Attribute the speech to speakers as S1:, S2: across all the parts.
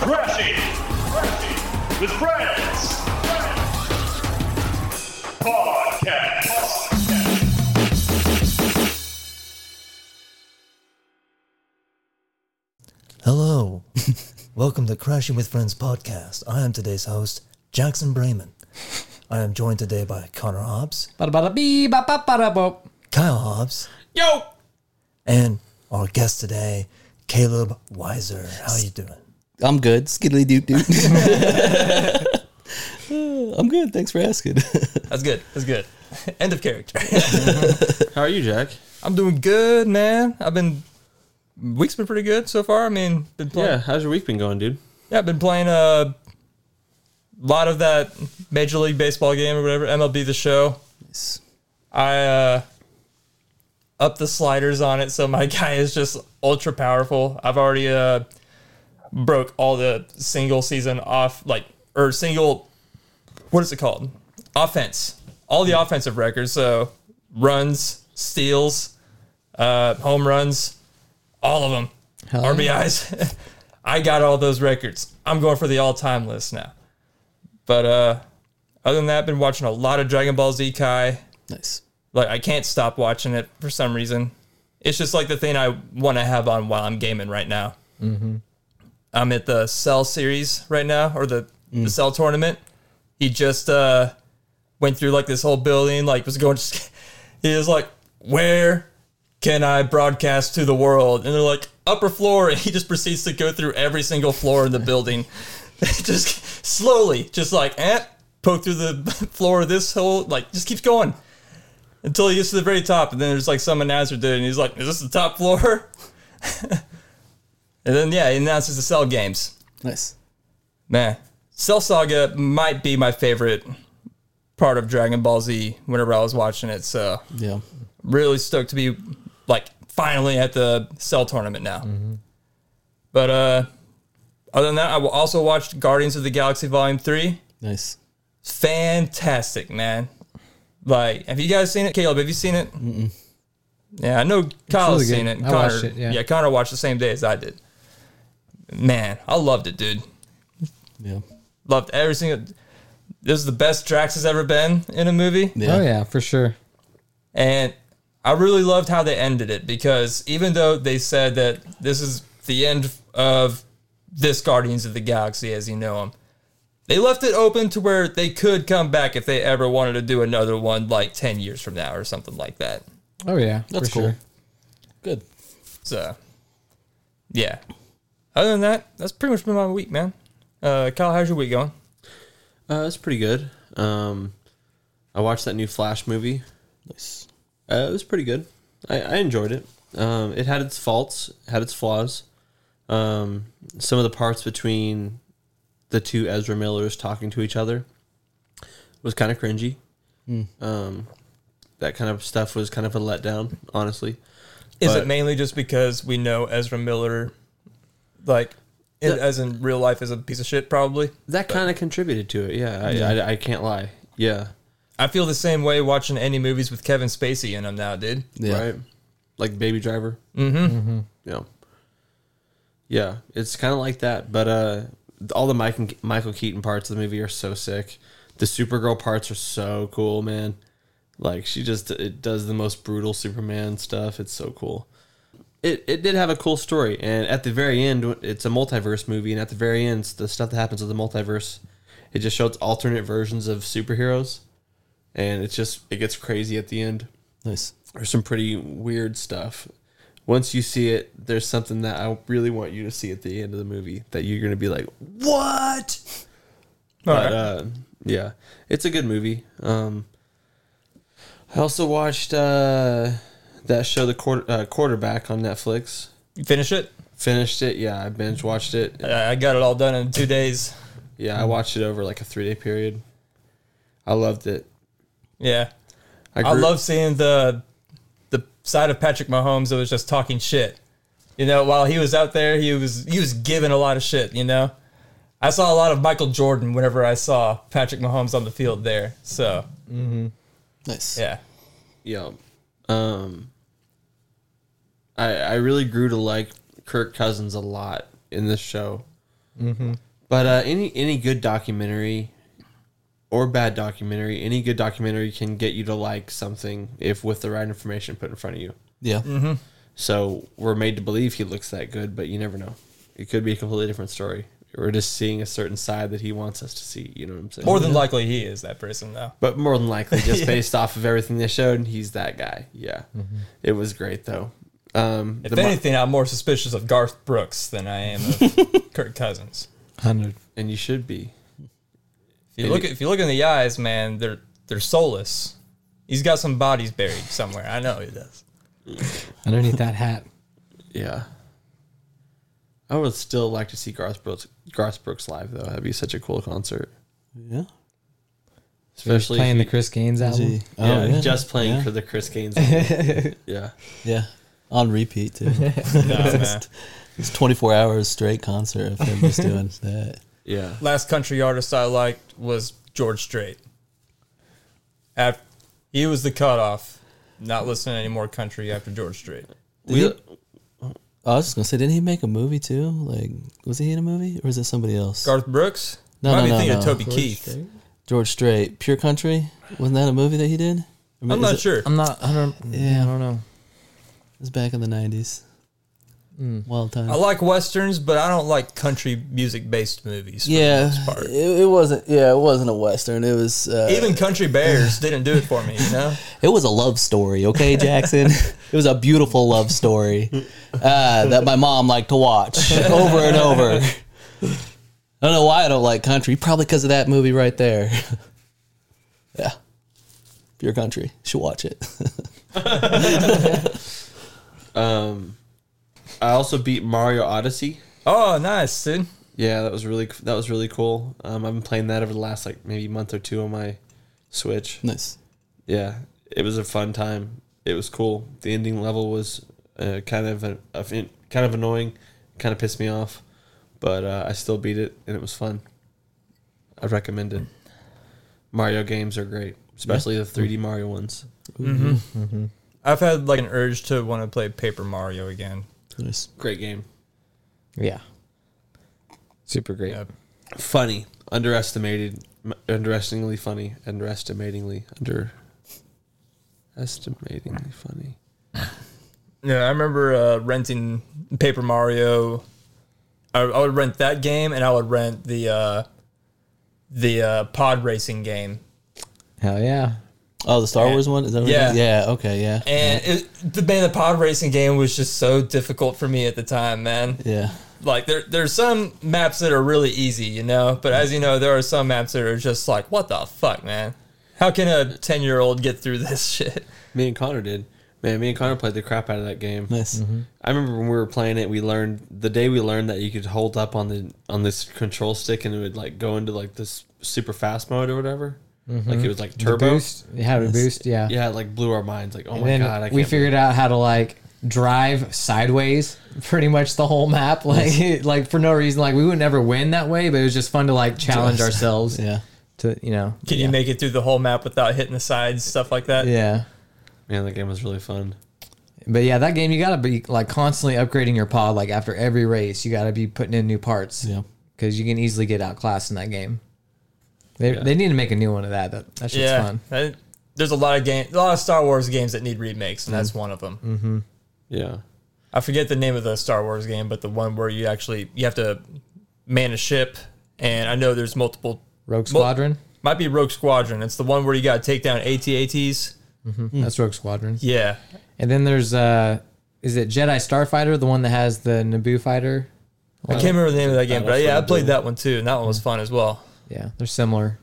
S1: Crashing with Friends Podcast.
S2: Hello. Welcome to Crashing with Friends podcast. I am today's host, Jackson Brayman. I am joined today by Connor Hobbs,
S3: Bada bada bee, ba ba bada bo.
S2: Kyle Hobbs,
S3: Yo!
S2: and our guest today, Caleb Weiser. How you doing?
S4: I'm good. Skiddly doop doop. I'm good. Thanks for asking.
S5: That's good. That's good. End of character.
S6: How are you, Jack?
S5: I'm doing good, man. I've been week's been pretty good so far. I mean, been playing.
S6: Yeah,
S5: Yeah,
S6: how's your week been going, dude?
S5: I've been playing a lot of that Major League Baseball game or whatever MLB the Show. I uh, up the sliders on it, so my guy is just ultra powerful. I've already uh, broke all the single season off, like or single, what is it called? Offense. All the offensive records. So runs, steals, uh, home runs, all of them, RBIs. I got all those records. I'm going for the all-time list now. But uh, other than that, I've been watching a lot of Dragon Ball Z Kai
S4: nice.
S5: like I can't stop watching it for some reason. It's just like the thing I want to have on while I'm gaming right now. Mm-hmm. I'm at the Cell series right now, or the, the Cell tournament. He just uh, went through like this whole building, like was going. Just, he was like, "Where can I broadcast to the world?" And they're like, "Upper floor." And he just proceeds to go through every single floor in the building, just slowly, just like, eh, poke through the floor of this whole, like, just keeps going until he gets to the very top, and then there's like some announcer dude, and he's like, "Is this the top floor?" and then yeah, he announces the Cell games.
S4: Nice.
S5: Man, Cell Saga might be my favorite part of Dragon Ball Z. Whenever I was watching it, so
S4: Yeah.
S5: really stoked to be like finally at the Cell tournament now.
S3: Mm-hmm.
S5: But uh, other than that, I wa- also watched Guardians of the Galaxy Volume Three.
S4: Nice.
S5: fantastic, man. Like, have you guys seen it, Caleb? Have you seen it? Yeah, I know Kyle's
S3: really good.
S5: seen it.
S3: I
S5: Connor,
S3: watched it, yeah.
S5: Connor watched the same day as I did. Man, I loved it, dude.
S4: Yeah.
S5: Loved every single. This is the best Drax has ever been in a movie,
S4: Yeah.
S3: Oh, yeah, for sure.
S5: and I really loved how they ended it because even though they said that this is the end of this Guardians of the Galaxy as you know them, they left it open to where they could come back if they ever wanted to do another one like 10 years from now or something like that.
S3: Oh, yeah.
S4: That's
S3: for
S4: cool.
S3: Sure.
S4: Good.
S5: So, yeah. Other than that, that's pretty much been my week, man. Uh, Kyle, how's your week going?
S6: Uh, it's pretty good. Um, I watched that new Flash movie.
S4: Nice.
S6: Uh, it was pretty good. I, I enjoyed it. Um, it had its faults, had its flaws. Um, some of the parts between the two Ezra Millers talking to each other was kind of cringy. Um, that kind of stuff was kind of a letdown, honestly.
S5: Is
S6: But-
S5: it mainly just because we know Ezra Miller, like, in,
S6: Yeah.
S5: as in real life, is a piece of shit, probably?
S6: That kind of contributed to it. Yeah, I, I, I can't lie. Yeah.
S5: I feel the same way watching any movies with Kevin Spacey in them now, dude.
S4: Yeah.
S6: right? Like Baby Driver. Mm-hmm. Yeah. Yeah, it's kind of like that, but uh, all the Mike and Michael Keaton parts of the movie are so sick. The Supergirl parts are so cool, man. Like she just it does the most brutal Superman stuff. It's so cool. It it did have a cool story, and at the very end, it's a multiverse movie, and at the very end, it's the stuff that happens with the multiverse, it just shows alternate versions of superheroes, and it's just it gets crazy at the end
S4: Nice.
S6: there's some pretty weird stuff. Once you see it, there's something that I really want you to see at the end of the movie that you're gonna be like, "What?" But uh, yeah, it's a good movie. Um, I also watched uh, that show, The Quarter, uh, Quarterback, on Netflix.
S5: You finish it?
S6: Finished it. Yeah, I binge watched it.
S5: I I got it all done in two days.
S6: Yeah, I watched it over like a three day period. I loved it.
S5: Yeah. I
S6: grew-
S5: love seeing the the side of Patrick Mahomes that was just talking shit. You know, while he was out there, he was he was giving a lot of shit, you know. I saw a lot of Michael Jordan whenever I saw Patrick Mahomes on the field there. So,
S4: Nice.
S5: yeah.
S6: Yeah. Um I I really grew to like Kirk Cousins a lot in this show. But uh, any any good documentary or bad documentary, any good documentary can get you to like something if with the right information put in front of you.
S4: Yeah.
S3: Mm-hmm.
S6: So we're made to believe he looks that good, but you never know. It could be a completely different story. We're just seeing a certain side that he wants us to see. You know what I'm saying?
S5: More than likely, he is that person though.
S6: but more than likely, just based off of everything they showed, he's that guy. Yeah, it was great though. Um,
S5: If
S6: the mo-
S5: anything, I'm more suspicious of Garth Brooks than I am of Kirk Cousins.
S4: Hundred.
S6: and you should be.
S5: If you look, at, if you look in the eyes, man, they're they're soulless. He's got some bodies buried somewhere. I know he does.
S3: Underneath that hat.
S6: Yeah. I would still like to see Garth Brooks, Garth Brooks live though. That'd be such a cool concert,
S4: Yeah.
S6: especially if
S3: playing
S6: he-
S3: the Chris Gaines album.
S4: Oh,
S6: yeah,
S4: yeah.
S6: just playing
S4: Yeah.
S6: for the Chris Gaines. album. yeah,
S4: Yeah. On repeat too.
S5: man.
S4: it's twenty four hours straight concert of him just doing that.
S6: yeah.
S5: Last country artist I liked was George Strait. After, he was the cutoff. Not listening to any more country after George Strait.
S6: We,
S4: he- Oh, I was just gonna say, didn't he make a movie too? Like, was he in a movie or is it somebody else?
S5: Garth Brooks?
S4: No,
S5: Might
S4: no,
S5: be
S4: no,
S5: thinking of
S4: no.
S5: Toby
S3: George
S5: Keith.
S3: Strait?
S4: George Strait, Pure Country. Wasn't that a movie that he did? Or ma-
S5: I'm
S4: is
S5: not
S4: it-
S5: sure.
S3: I'm not. I don't. Yeah, I don't know.
S4: It was back in the nineties. Wild time.
S5: I like westerns, but I don't like country music based movies. For
S4: yeah,
S5: the most part.
S4: It, it wasn't. Yeah, it wasn't a western. It was. Uh,
S5: Even Country Bears didn't do it for me, you know?
S4: It was a love story, okay, Jackson? it was a beautiful love story uh, that my mom liked to watch over and over. I don't know why I don't like country. Probably because of that movie right there. yeah. Pure country. You Should watch it.
S6: um, I also beat Mario Odyssey.
S5: Oh, nice, dude.
S6: Yeah, that was really that was really cool. Um, I've been playing that over the last like maybe month or two on my Switch.
S4: nice.
S6: Yeah, it was a fun time. It was cool. The ending level was uh, kind of a, a fin- kind of annoying, kind of pissed me off, but uh, I still beat it and it was fun. I recommend it. Mario games are great, especially the 3D Mario ones.
S5: I've had like an urge to want to play Paper Mario again.
S4: Nice.
S6: Great game.
S3: Yeah. Super great.
S5: Yep.
S6: funny, underestimated, m- underestimatingly funny, underestimatingly under, estimatingly funny.
S5: Yeah, I remember uh, renting Paper Mario. I, I would rent that game, and I would rent the uh, the uh, pod racing game.
S3: Hell yeah.
S4: Oh, the Star Wars one? Is that what it
S5: Yeah.
S4: is? Yeah, okay, yeah.
S5: And it, the man, the pod racing game was just so difficult for me at the time, man.
S4: yeah.
S5: Like there, there's some maps that are really easy, you know. But as you know, there are some maps that are just like, what the fuck, man? How can a ten year old get through this shit?
S6: Me and Connor did. Man, me and Connor played the crap out of that game.
S4: Nice.
S6: I remember when we were playing it, we learned the day we learned that you could hold up on the on this control stick and it would like go into like this super fast mode or whatever. Like it was like
S3: Mm-hmm. The
S6: turbo.
S3: boost. How to boost? Yeah.
S6: Yeah, it like blew our minds. Like, oh
S3: And
S6: my
S3: then
S6: god, I can't.
S3: we figured out how to like drive sideways pretty much the whole map like like for no reason like we would never win that way but it was just fun to like challenge ourselves
S4: Yeah.
S3: to you know
S5: Can you make it through the whole map without hitting the sides, stuff like that?
S3: yeah
S6: man, that game was really fun.
S3: But yeah, that game you gotta be like constantly upgrading your pod. Like after every race, you gotta be putting in new parts.
S4: Yeah.
S3: because you can easily get outclassed in that game. They,
S6: Yeah.
S3: they need to make a new one of that. That that shit's
S5: yeah.
S3: fun.
S5: I- there's a lot of game, a lot of Star Wars games that need remakes, and
S3: Mm.
S5: that's one of them.
S6: Yeah.
S5: I forget the name of the Star Wars game, but the one where you actually you have to man a ship, and I know there's multiple.
S3: Rogue
S5: mul-
S3: Squadron.
S5: might be Rogue Squadron. It's the one where you got to take down AT-ATs.
S3: That's Rogue Squadron.
S5: Yeah,
S3: And then there's uh, is it Jedi Starfighter, the one that has the Naboo fighter?
S5: I can't remember the name of that game, but
S6: Battlefront
S5: yeah, I played
S6: Blue.
S5: that one too, and that one
S3: Mm.
S5: was fun as well.
S3: Yeah, they're similar.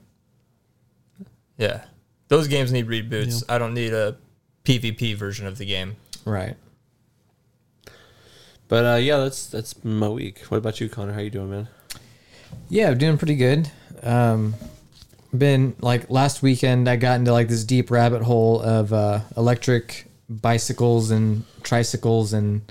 S5: Yeah, those games need reboots. I don't need a PvP version of the game.
S3: Right.
S6: But uh, yeah, that's that's been my week. What about you, Connor? How you doing, man?
S3: Yeah, I'm doing pretty good. Um, been like last weekend, I got into like this deep rabbit hole of uh, electric bicycles and tricycles and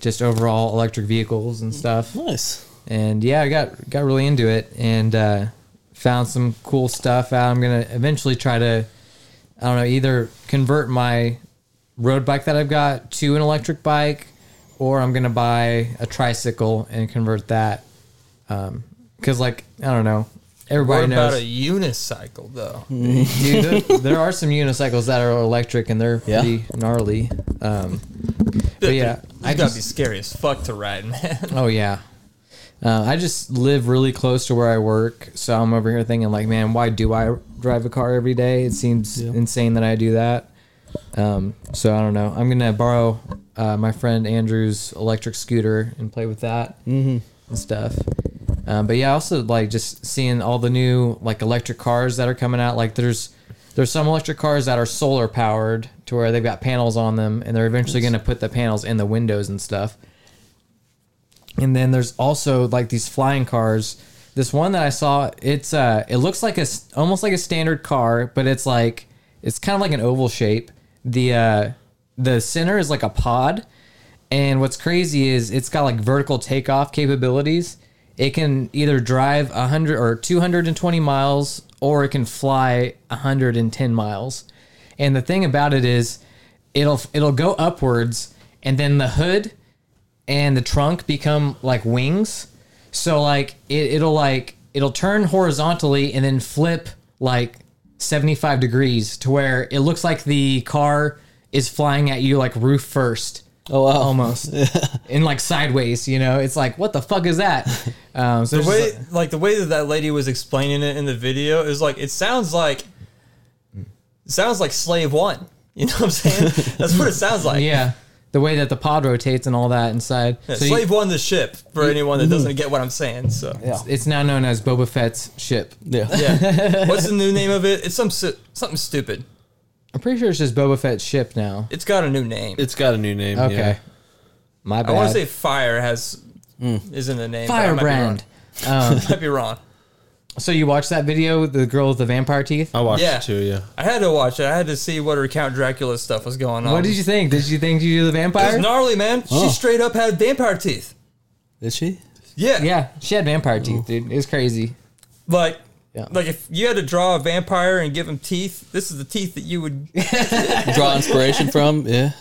S3: just overall electric vehicles and stuff.
S4: Nice.
S3: And yeah, I got got really into it and uh, found some cool stuff out. I'm gonna eventually try to, I don't know, either convert my road bike that I've got to an electric bike, or I'm gonna buy a tricycle and convert that because like I don't know, Mm. everybody
S5: What about
S3: knows.
S5: a unicycle though?
S3: Dude, there, there are some unicycles that are electric and they're
S4: Yeah.
S3: pretty gnarly. Um, but yeah,
S5: I
S3: I
S5: gotta
S3: just
S5: be scary as fuck to ride, man.
S3: Oh yeah. Uh, I just live really close to where I work, so I'm over here thinking like, man, why do I drive a car every day? It seems insane that I do that. Um, so I don't know. I'm gonna borrow uh, my friend Andrew's electric scooter and play with that and stuff. Um, but yeah, also like just seeing all the new like electric cars that are coming out. Like there's there's some electric cars that are solar powered to where they've got panels on them, and they're eventually gonna put the panels in the windows and stuff. And then there's also like these flying cars. This one that I saw, it's uh, it looks like a s- almost like a standard car, but it's like it's kind of like an oval shape. The uh, the center is like a pod, and what's crazy is it's got like vertical takeoff capabilities. It can either drive 100 or 220 miles, or it can fly 110 miles. And the thing about it is, it'll it'll go upwards, and then the hood and the trunk become like wings. So like it, it'll like it'll turn horizontally and then flip like 75 degrees to where it looks like the car is flying at you like roof first. Oh
S4: wow.
S3: Almost. and like sideways, you know. It's like what the fuck is that? Um so
S5: the
S3: it's
S5: way
S3: just
S5: like the way that that lady was explaining it in the video is like it sounds like it sounds like slave one you know what i'm saying that's what it sounds like
S3: like- yeah. The way that the pod rotates and all that inside.
S5: Yeah,
S3: So you-
S5: slave one the ship for anyone that
S3: Mm.
S5: doesn't get what i'm saying so yeah,
S3: it's now known as Boba Fett's ship.
S4: Yeah.
S5: what's the new name of it it's some si- something stupid
S3: I'm pretty sure it's just Boba Fett's ship now.
S5: it's got a new name
S6: It's got a new name.
S3: Okay.
S6: Yeah.
S3: My bad. Mm.
S5: i want to say fire has isn't the name but I might be wrong.
S3: Firebrand. Um,
S5: might be wrong
S3: So you watched that video, the girl with the vampire teeth?
S6: I watched
S5: Yeah.
S6: it too. Yeah.
S5: i had to watch it i had to see what her count dracula stuff was going on
S3: What did you think? Did you think you do the
S5: it
S3: vampire?
S5: was gnarly man
S4: Oh.
S5: she straight up had vampire teeth
S4: Did she?
S5: yeah
S3: yeah, she had vampire teeth, dude. It was crazy.
S5: Like,
S3: Yeah.
S5: like if you had to draw a vampire and give him teeth, this is the teeth that you would.
S4: Draw inspiration from? Yeah.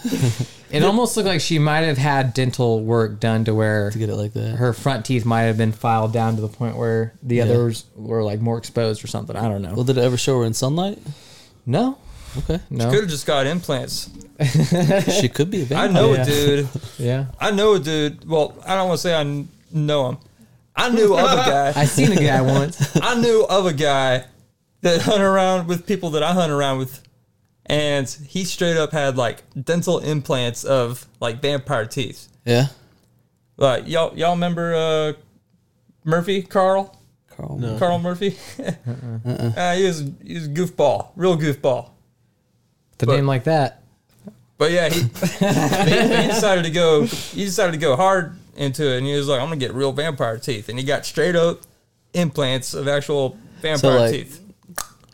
S3: It almost looked like she might have had dental work done to where
S4: Get it like that.
S3: her front teeth might have been filed down to the point where the others were like more exposed or something. I don't know.
S4: Well, did it ever show her in sunlight?
S3: No,
S4: Okay.
S5: Could
S3: no,
S5: have just got implants.
S4: She could be a
S5: I
S4: vampire.
S5: know
S3: Oh, Yeah.
S5: a dude.
S3: yeah.
S5: I know a dude. Well, I don't want to say I kn- know him. I knew of a guy.
S3: I seen a guy once.
S5: I knew of a guy that hung around with people that I hung around with, and he straight up had like dental implants of like vampire teeth.
S4: Yeah.
S5: Like y'all, y'all remember uh, Murphy Carl?
S4: Carl.
S5: Carl Murphy. uh, he was he was a goofball, real goofball.
S3: The
S5: But-
S3: name like that.
S5: But yeah, he, he, he decided to go. He decided to go hard into it, and he was like, "I'm gonna get real vampire teeth," and he got straight up implants of actual vampire
S4: like,
S5: teeth.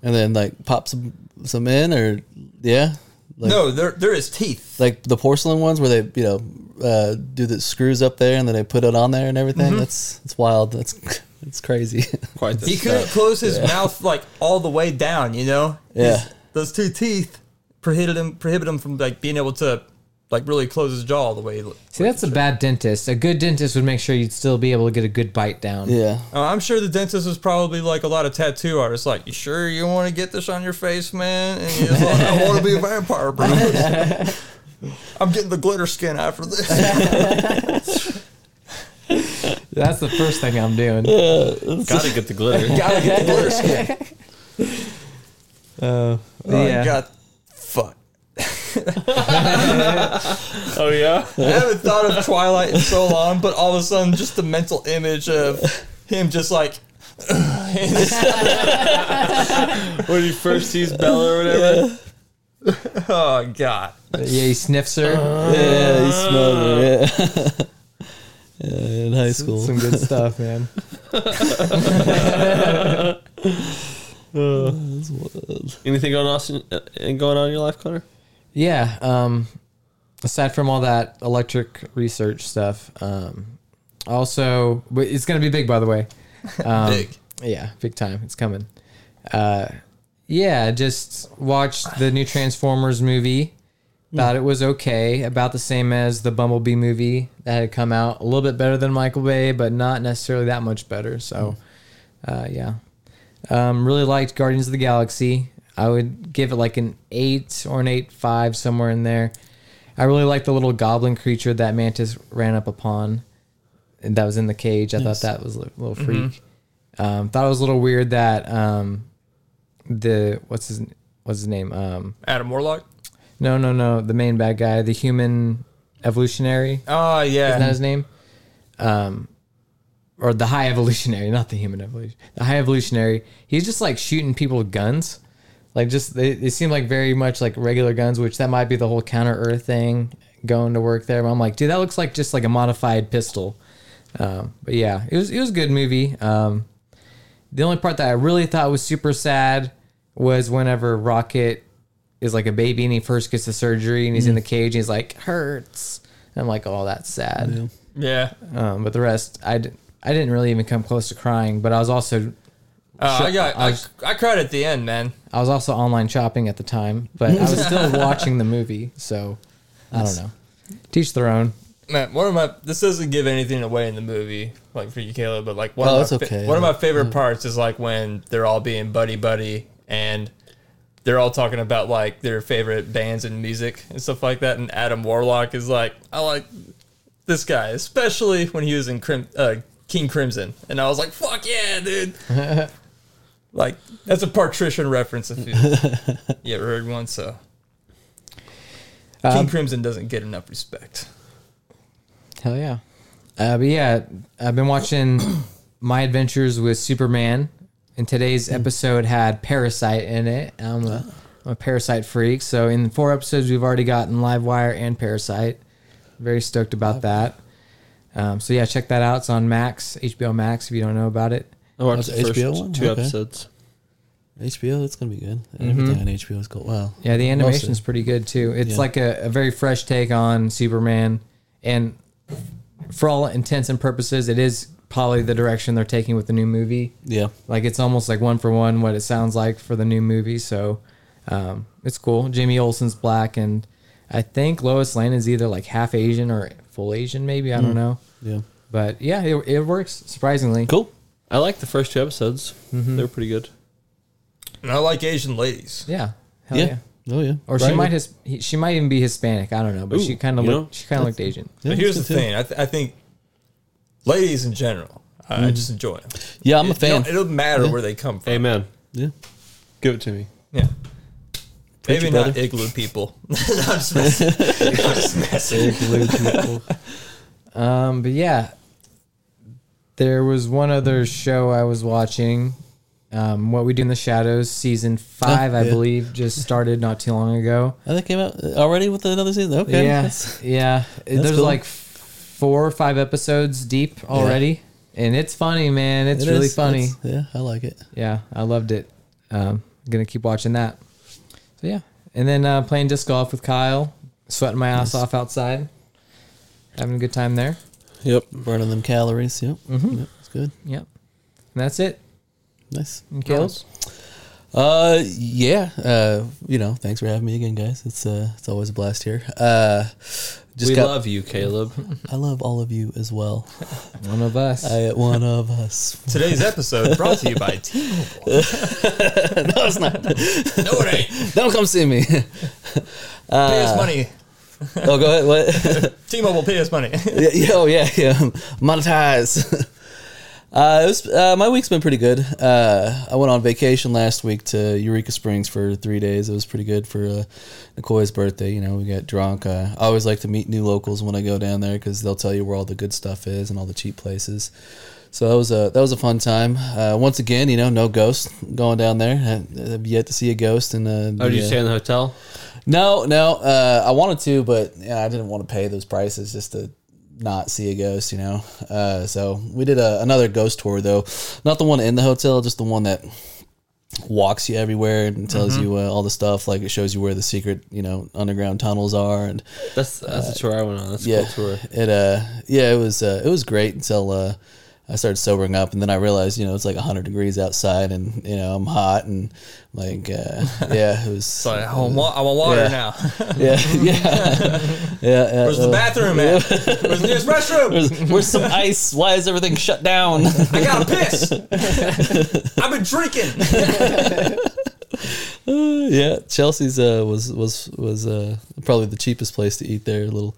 S4: And then like pop some some in or yeah. Like,
S5: no, there there is teeth.
S4: Like the porcelain ones where they you know uh, do the screws up there and then they put it on there and everything.
S3: Mm-hmm.
S4: That's it's wild. That's it's crazy.
S6: Quite the
S5: He couldn't
S6: stuff.
S5: close his mouth like all the way down. You know,
S4: Yeah.
S5: His- those two teeth prohibited him prohibit him from like being able to like really close his jaw all the way.
S3: See, that's a bad dentist. A good dentist would make sure you'd still be able to get a good bite down.
S4: yeah.
S5: Uh, I'm sure the dentist was probably like a lot of tattoo artists, like, "You sure you want to get this on your face, man?" And he's like, "I want to be a vampire, bro. I'm getting the glitter skin after this."
S3: That's the first thing I'm doing.
S6: Gotta get the glitter.
S5: Gotta get the glitter skin. Oh,
S3: yeah.
S5: God, fuck.
S6: oh yeah.
S5: I haven't thought of Twilight in so long, but all of a sudden, just the mental image of him just like.
S6: When he first sees Bella or whatever.
S5: oh God!
S3: Yeah, he sniffs her.
S4: Yeah, he smelled it. Yeah. yeah, in high school.
S3: Some good stuff, man.
S6: Anything going on uh, going on in your life, Connor?
S3: Yeah. Um, aside from all that electric research stuff, um, also but it's gonna be big, by the way. Um,
S5: Big.
S3: Yeah, big time. It's coming. Uh, yeah, just watched the new Transformers movie. Thought it was okay, about the same as the Bumblebee movie that had come out. A little bit better than Michael Bay, but not necessarily that much better. So, uh, yeah. Um, really liked Guardians of the Galaxy. I would give it like an eight or an eight five somewhere in there. I really liked the little goblin creature that Mantis ran up upon, and that was in the cage. I thought that was a little freak. Um, thought it was a little weird that um, the what's his what's his name? Um,
S5: Adam Warlock.
S3: no, no, no, the main bad guy, the human evolutionary.
S5: Oh yeah.
S3: Isn't that his name? Um, or the high evolutionary, not the human evolution. The high evolutionary. He's just like shooting people with guns. Like just they, they seem like very much like regular guns, which that might be the whole counter earth thing going to work there. But I'm like, dude, that looks like just like a modified pistol. Um, but yeah, it was it was a good movie. Um, the only part that I really thought was super sad was whenever Rocket is like a baby and he first gets the surgery and he's in the cage and he's like hurts. And I'm like, oh, that's sad.
S5: yeah.
S3: Um, but the rest, I, d- I didn't really even come close to crying. But I was also
S5: Uh, I
S3: Shit,
S5: got.
S3: I
S5: I,
S3: was-
S5: I cried at the end, man.
S3: I was also online shopping at the time, but I was still watching the movie. So I don't know. Teach their own.
S5: Man, one of my this doesn't give anything away in the movie, like for you, Caleb, but like one of
S4: Oh,
S5: my
S4: it's okay. Mm.
S5: one of my favorite parts is like when they're all being buddy buddy and they're all talking about like their favorite bands and music and stuff like that. And Adam Warlock is like, I like this guy, especially when he was in Crim- uh, King Crimson, and I was like, fuck yeah, dude. like that's a partition reference if you, you ever heard one. So King
S3: Um,
S5: Crimson doesn't get enough respect.
S3: Hell yeah. Uh, but yeah, I've been watching My Adventures with Superman, and today's episode had Parasite in it. I'm a, I'm a Parasite freak. So in four episodes, we've already gotten Livewire and Parasite. Very stoked about that. Um, so yeah, check that out. It's on Max, HBO Max, if you don't know about it.
S6: I watched
S4: That's
S6: the first
S4: HBO one?
S6: two
S4: Okay.
S6: episodes.
S4: HBO, that's gonna be good. Everything on HBO is cool. Wow.
S3: Yeah, the animation's
S4: Mm-hmm. Mostly.
S3: pretty good too. It's
S4: Yeah.
S3: like a, a very fresh take on Superman, and for all intents and purposes, it is probably the direction they're taking with the new movie.
S4: Yeah.
S3: Like it's almost like one for one what it sounds like for the new movie. So um, it's cool. Jamie Olsen's black, and I think Lois Lane is either like half Asian or full Asian, maybe. I don't know.
S4: Yeah.
S3: But yeah, it, it works surprisingly.
S4: Hmm. Cool.
S6: I liked the first two episodes.
S3: Mm-hmm.
S6: They were pretty good.
S5: And I like Asian ladies.
S3: Yeah. Hell yeah.
S4: Yeah. Oh yeah.
S3: Or she
S4: Right.
S3: might his, he- she might even be Hispanic. I don't know, but
S6: Ooh,
S3: she kind of
S6: you
S3: looked
S6: know,
S3: she kind of looked Asian.
S4: Yeah,
S5: but here's the
S4: that's good, too.
S5: thing. I, th- I think ladies in general, I I just enjoy them.
S4: Yeah, Mm-hmm. I'm a fan.
S5: It, will matter where they come from.
S6: Amen.
S4: Yeah.
S6: Give it to me.
S5: Yeah.
S4: Preach
S5: Maybe
S4: it,
S5: not
S4: brother.
S5: igloo people. No, I'm just messing. I'm just messing.
S3: Um, but yeah, there was one other show I was watching. Um, what we do in the shadows, season five, I
S4: Oh, yeah.
S3: believe, just started not too long ago.
S4: Oh, that came out already with another season. Okay.
S3: Yeah,
S4: That's-
S3: yeah. There's
S4: cool.
S3: like f- four or five episodes deep already, and it's funny, man. It's
S4: it
S3: really
S4: is.
S3: funny.
S4: It's- yeah, I like it.
S3: yeah, I loved it. Um, gonna keep watching that. So yeah, and then uh, playing disc golf with Kyle, sweating my ass off outside, having a good time there.
S4: Yep. Burning them calories. Yep.
S3: Mm-hmm.
S4: Yep. It's good.
S3: Yep, and that's it.
S4: Nice.
S3: And Caleb?
S4: Uh, yeah. Uh, you know, thanks for having me again, guys. It's uh, it's always a blast here. Uh, just
S6: we
S4: got-
S6: love you, Caleb.
S4: I love all of you as well.
S3: One of us.
S4: I one of us.
S5: Today's episode brought to you by T.
S4: no, it's not.
S5: No, it ain't.
S4: Don't come see me.
S5: Pay
S4: Ah.
S5: us money.
S4: oh, go ahead. What?
S5: T-Mobile, pay us money.
S4: yeah, yeah, oh, yeah, yeah. Monetize. Uh, it was, uh, my week's been pretty good. Uh, I went on vacation last week to Eureka Springs for three days. It was pretty good for uh, Nicoy's birthday. You know, we got drunk. Uh, I always like to meet new locals when I go down there because they'll tell you where all the good stuff is and all the cheap places. So that was a that was a fun time. Uh, once again, you know, no ghost going down there. I- I've yet to see a ghost. And uh,
S6: Oh, did you
S4: yeah.
S6: stay in the hotel?
S4: No, no. Uh, I wanted to, but you know, I didn't want to pay those prices just to not see a ghost, you know. Uh, so we did a, another ghost tour, though. Not the one in the hotel, just the one that walks you everywhere and tells you uh, all the stuff. Like it shows you where the secret, you know, underground tunnels are, and
S6: Uh, That's that's the tour I went on. That's a
S4: yeah,
S6: cool tour.
S4: it uh, yeah, it was uh, it was great until uh, I started sobering up, and then I realized, you know, it's like 100 degrees outside, and you know, I'm hot, and like, uh, yeah, it was
S5: So I want, wa- I want water
S4: Yeah.
S5: now.
S4: yeah, yeah, yeah, yeah. uh,
S5: Where's the bathroom at? Where's the nearest restroom?
S4: Where's, where's some ice? Why is everything shut down?
S5: I gotta piss. I've been drinking.
S4: yeah, Chelsea's uh, was was was uh, probably the cheapest place to eat there. Little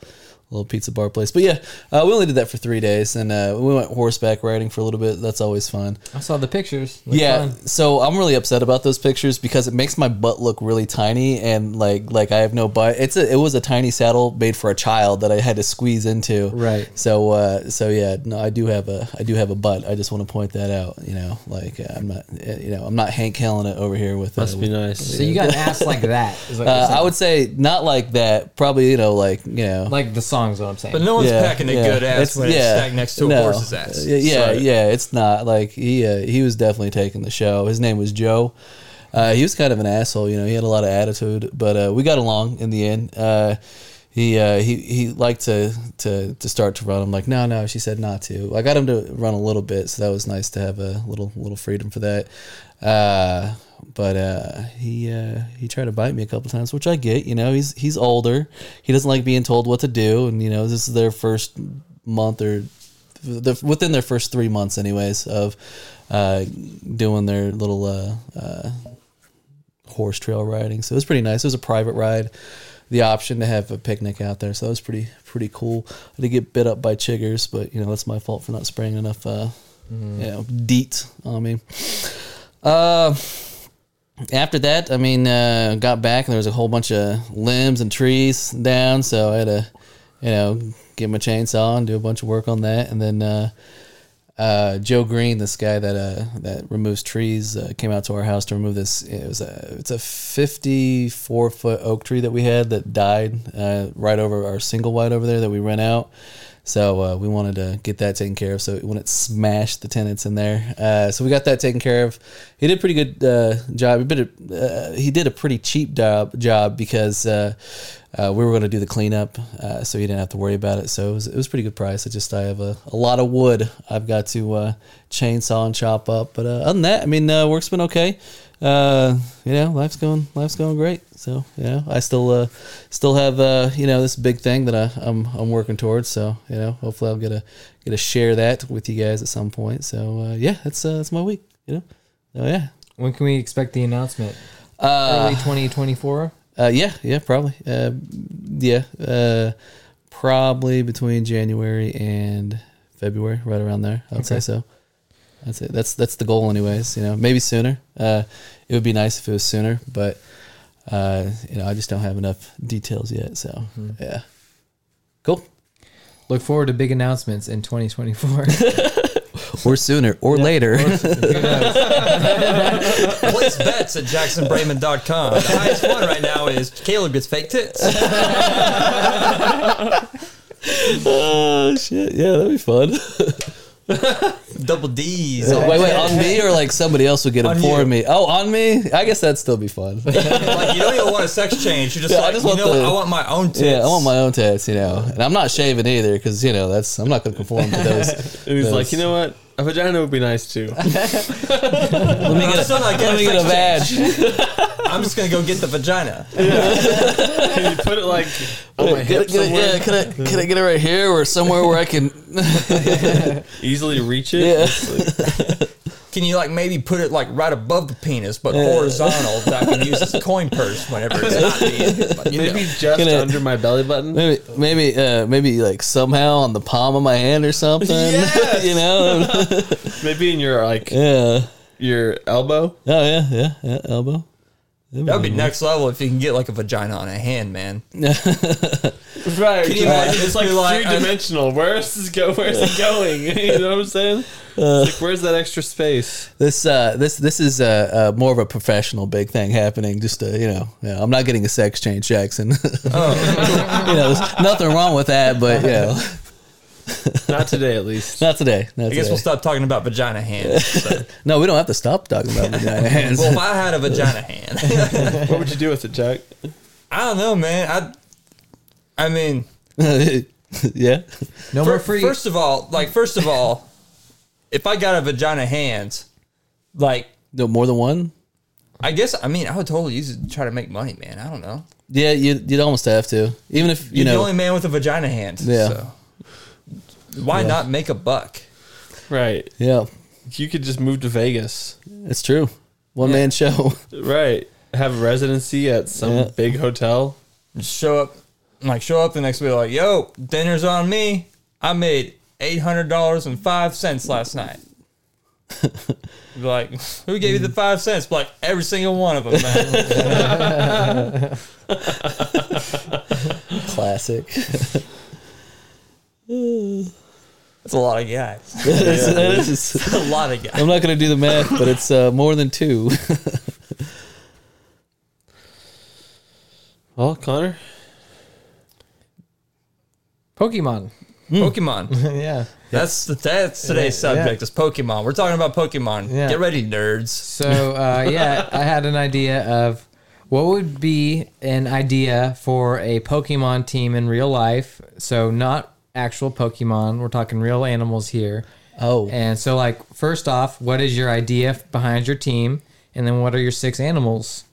S4: little pizza bar place, but yeah, uh, we only did that for three days, and uh, we went horseback riding for a little bit. That's always fun.
S3: I saw the pictures.
S4: yeah, so I'm really upset about those pictures because it makes my butt look really tiny and like like I have no butt. It's a it was a tiny saddle made for a child that I had to squeeze into.
S3: Right.
S4: So uh, so yeah, no, I do have a I do have a butt. I just want to point that out. You know, like uh, I'm not uh, you know I'm not Hank Hillen it over here with
S6: Must
S4: uh,
S6: be
S4: with-
S6: nice.
S3: So you got an ass like that. is what you're
S4: uh,
S3: saying.
S4: I would say not like that. Probably you know, like you know,
S3: like the songs. What I'm saying.
S5: But no one's
S4: Yeah,
S5: packing a
S4: yeah.
S5: good ass
S4: It's-
S5: when
S4: yeah.
S5: it's stacked next to a
S4: No.
S5: horse's ass.
S4: Yeah, yeah,
S5: So-
S4: yeah, it's not like he uh, he was definitely taking the show. His name was Joe. Uh, he was kind of an asshole, you know. He had a lot of attitude, but uh, we got along in the end. Uh, he uh, he he liked to to to start to run. I'm like, no, no. She said not to. I got him to run a little bit, so that was nice to have a little little freedom for that. Uh, but uh, he uh, he tried to bite me a couple times, which I get. You know, he's he's older. He doesn't like being told what to do, and you know, this is their first month or the, within their first three months, anyways, of uh, doing their little uh, uh, horse trail riding. So it was pretty nice. It was a private ride. The option to have a picnic out there, so that was pretty pretty cool. I did get bit up by chiggers, but you know that's my fault for not spraying enough, uh, you know, DEET on me. Uh, after that, I mean, uh, got back and there was a whole bunch of limbs and trees down, so I had to, you know, get my chainsaw and do a bunch of work on that, and then uh, uh, Joe Green, this guy that uh, that removes trees, uh, came out to our house to remove this. It was a it's a fifty four foot oak tree that we had that died uh, right over our single wide over there that we rent out. So uh, we wanted to get that taken care of. So when it smashed the tenants in there, uh, so we got that taken care of. He did a pretty good uh, job. He did a, uh, he did a pretty cheap job job because uh, uh, we were going to do the cleanup, uh, so you didn't have to worry about it. So it was, it was a pretty good price. I just I have a, a lot of wood I've got to uh, chainsaw and chop up. But uh, other than that, I mean, uh, work's been okay. Uh, you know, life's going life's going great. So you know, I still uh, still have uh, you know this big thing that I, I'm I'm working towards. So you know, hopefully I'll get a get to share that with you guys at some point. So uh, yeah, that's uh, that's my week. You know, oh yeah.
S3: when can we expect the announcement?
S4: Uh,
S3: Early 2024.
S4: Uh, yeah, yeah, probably. Uh, yeah, uh, probably between January and February, right around there. I'd say so. That's it. That's that's the goal, anyways. You know, maybe sooner. Uh, it would be nice if it was sooner, but uh, you know, I just don't have enough details yet. So yeah, cool.
S3: Look forward to big announcements in 2024.
S4: Or sooner, or later.
S5: Place bets at jacksonbrayman.com. The highest one right now is Caleb gets fake tits.
S4: oh shit! Yeah, that'd be fun.
S5: Double D's.
S4: So, wait, wait, on me or like somebody else would get
S5: On
S4: it for
S5: you.
S4: me? Oh, on me. I guess that'd still be fun.
S5: like you don't even want a sex change. You're just
S4: Yeah, I
S5: like,
S4: just
S5: you
S4: want
S5: know,
S4: the-
S5: I want my own tits.
S4: Yeah, I want my own tats, you know, and I'm not shaving either because you know that's I'm not going to conform to those.
S6: And he's
S4: those-
S6: like, you know what? A vagina would be nice too.
S4: let me
S5: I'm
S4: get a,
S5: still not
S4: let me
S5: getting
S4: get
S5: a
S4: a
S5: sex change.
S4: badge.
S5: I'm just gonna go get the vagina.
S6: Can you put it like on my
S4: Get
S6: hip
S4: it- get it-
S6: somewhere?
S4: yeah, can I can I get it right here or somewhere where I can?
S6: Easily reach it.
S4: Yeah.
S6: It's like-
S5: Can you like maybe put it like right above the penis, but horizontal that I can use as a coin purse whenever it's not being. Like, you know.
S6: maybe just
S4: Can I-
S6: under my belly button.
S4: Maybe maybe uh, maybe like somehow on the palm of my hand or something.
S5: Yes!
S4: you know?
S6: Maybe in your like
S4: yeah.
S6: your elbow.
S4: Oh yeah, yeah, yeah. Elbow.
S5: That'd be next level if you can get like a vagina on a hand, man.
S6: Right.
S5: Can you imagine
S6: it's
S5: just
S6: like
S5: be like-
S6: three dimensional. Where's this go? Where's it going? you know what I'm saying? It's like where's that extra space?
S4: This uh this this is uh, uh more of a professional big thing happening. Just uh, you know, yeah, I'm not getting a sex change, Jackson. you know, there's nothing wrong with that, but you know,
S6: Not today, at least.
S4: not today. Not
S5: I guess
S4: today.
S5: we'll stop talking about vagina hands. So.
S4: No, we don't have to stop talking about vagina hands.
S5: Well, if I had a vagina hand,
S6: What would you do with it, Jack?
S5: I don't know, man. I, I mean,
S4: yeah.
S3: No more
S5: Fir-
S3: free.
S5: First of all, like first of all, if I got a vagina hands, like
S4: No more than one.
S5: I guess I mean I would totally use it to try to make money, man. I don't know.
S4: Yeah, you, you'd almost have to, even if you
S5: You're the
S4: know.
S5: only man with a vagina hand.
S4: Yeah.
S5: So why not make a buck?
S6: Right.
S4: yeah,
S6: You could just move to Vegas.
S4: it's true. One man show.
S6: Right. Have a residency at some
S4: Yeah.
S6: big hotel.
S5: Just show up, like show up the next week, like yo, dinner's on me. I made eight hundred dollars and five cents last night. Be like, who gave you the five cents? Be like every single one of them. Man.
S4: Classic.
S5: That's a lot of guys.
S4: That is- that is-
S5: a lot of guys.
S4: I'm not going to do the math, but it's uh, more than two.
S5: Oh,
S6: Well, Connor,
S3: Pokemon.
S5: Pokemon.
S3: yeah.
S5: That's the, that's today's
S3: Yeah, yeah.
S5: subject is Pokemon. We're talking about Pokemon.
S3: Yeah.
S5: Get ready, nerds.
S3: So uh, yeah, I had an idea of what would be an idea for a Pokemon team in real life. So not actual Pokemon. We're talking real animals here.
S4: Oh,
S3: And so, like, first off, what is your idea f- behind your team? And then, what are your six animals?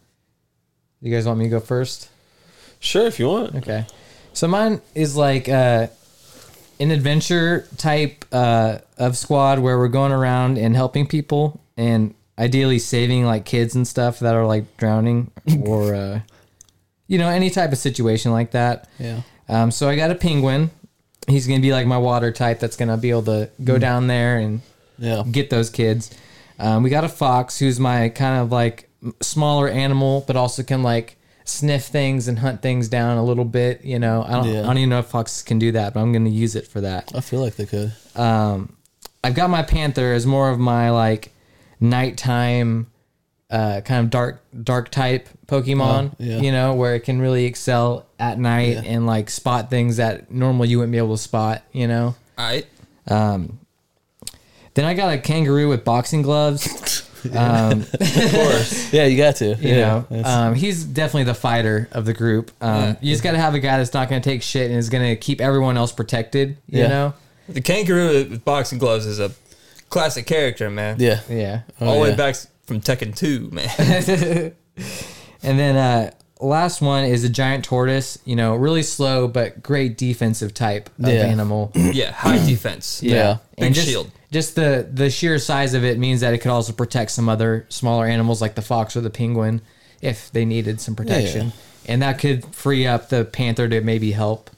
S3: You guys want me to go first?
S6: sure if you want.
S3: Okay. So, mine is like uh, an adventure type uh, of squad where we're going around and helping people and ideally saving like kids and stuff that are like drowning or, uh, you know, any type of situation like that.
S4: yeah.
S3: Um, so I got a penguin. He's gonna be like my water type. That's gonna be able to go down there and
S4: Yeah.
S3: get those kids. Um, we got a fox who's my kind of like m- smaller animal, but also can like sniff things and hunt things down a little bit. You know, I don't,
S4: Yeah.
S3: I don't even know if foxes can do that, but I'm gonna use it for that.
S4: I feel like they could.
S3: I've got my panther as more of my like nighttime, uh, kind of dark dark type Pokemon.
S4: Oh, yeah.
S3: You know, where it can really excel at night and like spot things that normally you wouldn't be able to spot. You know.
S5: All right.
S3: Then I got a kangaroo with boxing gloves. um,
S4: Yeah, you got to.
S3: you
S4: yeah.
S3: know,
S4: That's-
S3: um, he's definitely the fighter of the group. Um, You just got to have a guy that's not going to take shit and is going to keep everyone else protected. You
S4: Yeah.
S3: know.
S5: The kangaroo with boxing gloves is a classic character, man.
S4: yeah.
S3: Yeah.
S5: All the way
S4: yeah.
S5: back from Tekken 2, man.
S3: And then uh, last one is a giant tortoise. You know, really slow but great defensive type of
S4: Yeah.
S3: animal.
S5: yeah, high defense.
S4: Yeah.
S5: Big
S3: just,
S5: shield.
S3: Just the the sheer size of it means that it could also protect some other smaller animals like the fox or the penguin if they needed some protection. And that could free up the panther to maybe help,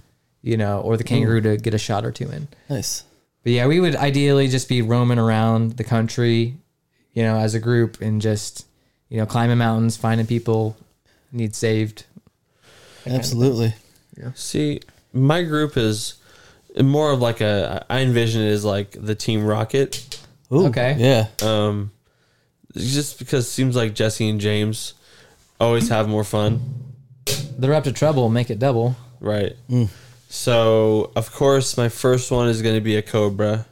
S3: you know, or the kangaroo to get a shot or two in.
S4: Nice.
S3: But yeah, we would ideally just be roaming around the country, you know, as a group and just, you know, climbing mountains, finding people need saved.
S4: Absolutely.
S6: See, my group is more of like a I envision it as like the Team Rocket.
S4: Ooh,
S3: Okay.
S4: Yeah.
S6: Um just because it seems like Jesse and James always have more fun.
S3: They're up to trouble, make it double.
S6: Right. So of course my first one is gonna be a cobra.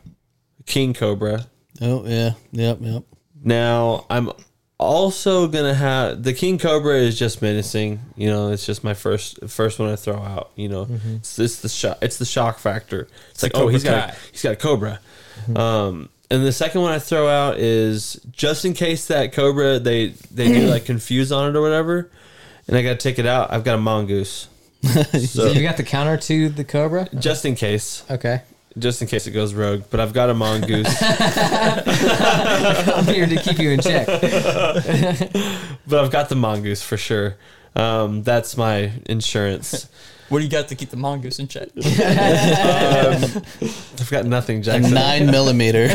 S6: King Cobra.
S4: Oh, yeah. Yep. Yep.
S6: Now I'm also gonna have the King Cobra is just menacing. You know, it's just my first first one I throw out. You know, it's, it's the shock. It's the shock factor. Mm-hmm. It's like oh
S5: Cobra
S6: he's got
S5: Kai.
S6: a, he's got a cobra. Um, and the second one I throw out is just in case that cobra they they do like confuse on it or whatever, and I gotta take it out. I've got a mongoose.
S3: So
S6: so
S3: you got the counter to the cobra?
S6: just in case,
S3: Okay.
S6: just in case it goes rogue, but I've got a mongoose.
S3: I'm here to keep you in check.
S6: but I've got the mongoose for sure. Um, that's my insurance.
S5: What do you got to keep the mongoose in check?
S6: I've got nothing,
S4: A
S6: Jackson.
S4: nine millimeter.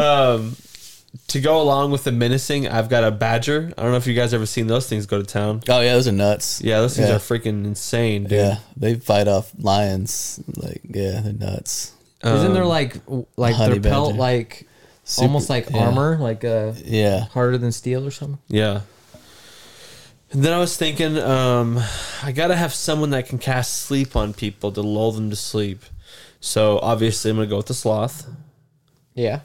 S6: Um, to go along with the menacing, I've got a badger. I don't know if you guys ever seen those things go to town.
S4: Oh yeah, those are nuts.
S6: Yeah, those things
S4: Yeah.
S6: are freaking insane, dude.
S4: Yeah, they fight off lions. Like yeah, they're nuts.
S3: Isn't there like w- like
S4: honey
S3: their pelt
S4: badger.
S3: like
S4: Super-
S3: almost like
S4: yeah.
S3: armor, like uh
S4: Yeah.
S3: harder than steel or something?
S6: Yeah. And then I was thinking, um, I gotta have someone that can cast sleep on people to lull them to sleep. So obviously, I'm gonna go with the sloth.
S3: Yeah.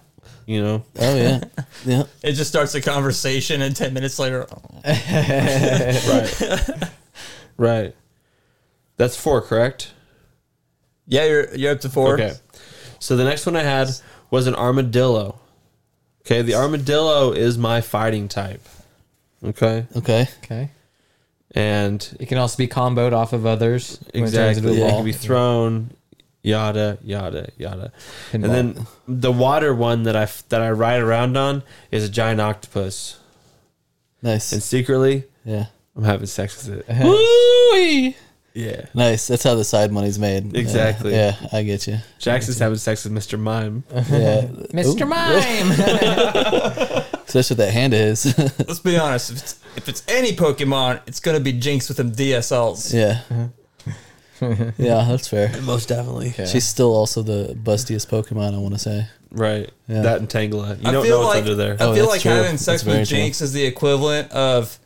S6: You know,
S4: Oh yeah. yeah.
S5: It just starts a conversation, and 10 minutes later, oh,
S6: right, right. That's four, correct?
S5: Yeah, you're you're up to four.
S6: Okay. So the next one I had was an armadillo. Okay, the armadillo is my fighting type. Okay.
S4: Okay.
S3: Okay.
S6: And
S3: It can also be comboed off of others. when it turns into a
S6: exactly, it
S3: ball.
S6: can be thrown, yada yada yada. And
S3: Pinball.
S6: then the water one that I f- that I ride around on is a giant octopus. And
S4: Nice.
S6: secretly,
S4: Yeah.
S6: I'm having sex with it.
S4: Woo-wee.
S6: Yeah.
S4: Nice. That's how the side money's made. Yeah.
S6: Exactly.
S4: Yeah, I get you.
S6: Jackson's having sex with Mr. Mime.
S4: Yeah.
S3: Mr. Mime.
S4: Especially with that hand of his.
S5: Let's be honest. If it's, if it's any Pokemon, it's gonna be Jinx with them DSLs.
S4: yeah.
S6: Uh-huh.
S4: yeah, that's fair.
S5: Most definitely.
S4: She's still also the bustiest Pokemon, I want to say.
S6: Right.
S4: Yeah.
S6: That and Tangela. You
S5: I
S6: don't
S5: feel
S6: know what's
S5: like
S6: under there.
S5: I
S4: Oh,
S5: feel
S4: that's
S5: like
S4: true.
S5: having sex
S4: That's very
S5: with Jinx is the equivalent of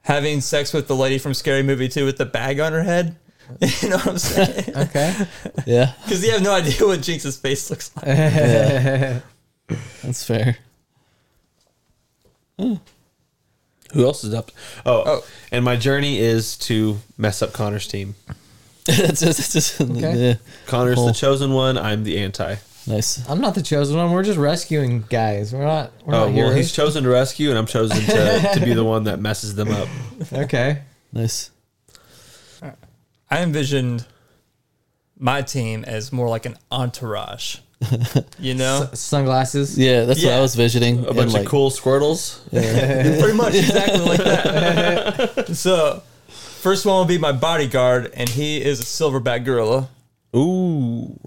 S5: having sex with the lady from Scary Movie Two with the bag on her head. You know what I'm saying?
S3: okay.
S4: Yeah,
S5: Because you have no idea what Jinx's face looks like.
S4: that's fair.
S6: Who else is up? Oh,
S5: Oh.
S6: and my journey is to mess up Connor's team.
S4: that's just, that's just
S3: Okay.
S4: yeah.
S6: Connor's
S4: Cool.
S6: the chosen one. I'm the anti. Oh,
S4: nice.
S3: I'm not the chosen one. We're just rescuing guys. We're not. We're
S6: Oh
S3: not
S6: well,
S3: heroes.
S6: he's chosen to rescue, and I'm chosen to, to be the one that messes them up.
S3: okay.
S4: Nice.
S5: I envisioned my team as more like an entourage. You know,
S3: Sunglasses.
S4: Yeah, that's what
S5: Yeah.
S4: I was visiting.
S6: A bunch of cool squirtles.
S5: pretty much exactly like that. so, first one will be my bodyguard, and he is a silverback gorilla.
S6: Ooh,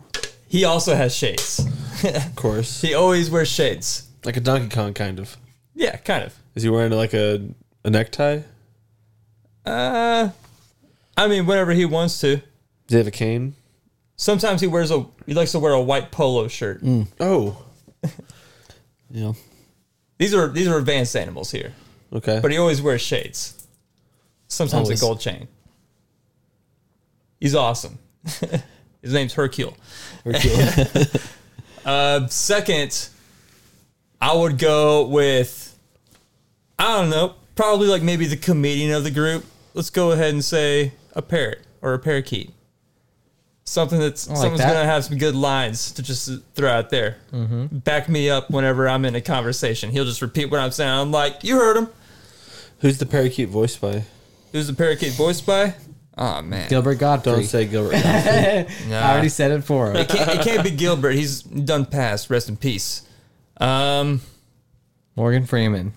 S5: He also has shades.
S6: of course,
S5: He always wears shades.
S6: like a Donkey Kong kind of.
S5: Yeah, kind of.
S6: Is he wearing like a a necktie?
S5: Uh, I mean, whenever he wants to.
S6: Does he have a cane?
S5: Sometimes he wears a he likes to wear a white polo shirt.
S6: Oh,
S4: Yeah.
S5: These are these are advanced animals here,
S6: okay.
S5: but he always wears shades. Sometimes
S4: Always.
S5: a gold chain. He's awesome. His name's Hercule. Uh, second, I would go with I don't know, probably like maybe the comedian of the group. Let's go ahead and say a parrot or a parakeet. Something that's
S3: like
S5: someone's
S3: that.
S5: gonna have some good lines to just throw out there. Back me up whenever I'm in a conversation. He'll just repeat what I'm saying. I'm like, you heard him.
S6: Who's the parakeet voiced by?
S5: Who's the parakeet voiced by? Oh man,
S3: Gilbert Godfrey.
S6: Don't say Gilbert.
S3: I already said it for him.
S5: it, can't, it can't be Gilbert. He's done past. Rest in peace. Um,
S3: Morgan Freeman.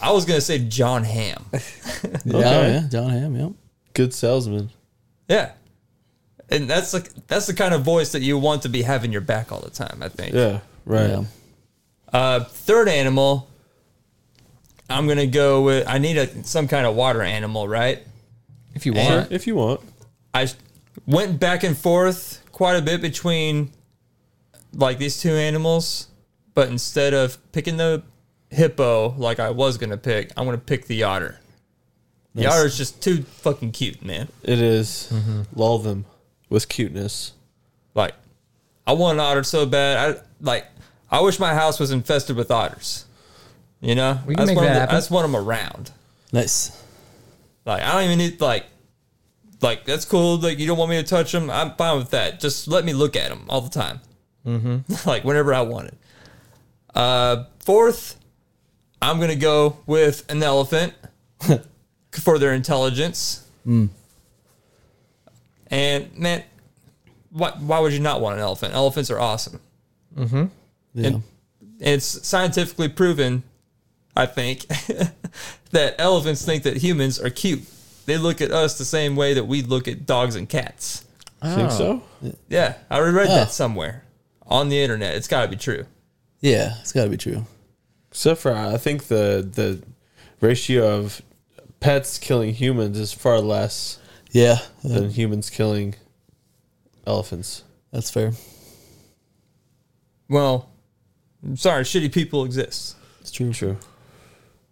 S5: I was gonna say John Ham.
S4: Yeah, oh, yeah. John Hamm, yeah.
S6: Good salesman.
S5: Yeah. And that's like that's the kind of voice that you want to be having your back all the time, I think.
S6: Yeah, right.
S4: Yeah.
S5: Uh, third animal, I'm gonna go with I need a some kind of water animal, right?
S3: If you
S5: Sure.
S3: want.
S6: If you want,
S5: I went back and forth quite a bit between like these two animals, but instead of picking the hippo like I was gonna pick, I'm gonna pick the otter. The
S4: Nice.
S5: otter's just too fucking cute, man.
S6: it is.
S4: Mm-hmm.
S6: lull them with cuteness.
S5: Like, I want an otter so bad. I like. I wish my house was infested with otters. You know,
S3: We can
S5: I just
S3: make
S5: want
S3: that
S5: 'em to-
S3: happen.
S5: I just want them around.
S4: Nice.
S5: Like, I don't even need like, like that's cool. Like, you don't want me to touch them. I'm fine with that. Just let me look at them all the time. Mm-hmm. like whenever I want it. Uh, fourth, I'm gonna go with an elephant for their intelligence. And man, why, why would you not want an elephant? Elephants are awesome.
S4: Yeah.
S5: And- And it's scientifically proven, I think, that elephants think that humans are cute. They look at us the same way that we look at dogs and cats.
S6: Think so?
S5: Yeah, I read
S4: Oh.
S5: that somewhere on the internet. It's got to be true.
S4: yeah, it's got to be true.
S6: Except for I think the the ratio of pets killing humans is far less
S4: Yeah,
S6: than humans killing elephants.
S4: that's fair.
S6: Mm-hmm.
S5: Well, I'm sorry, shitty people exist.
S6: It's true. True.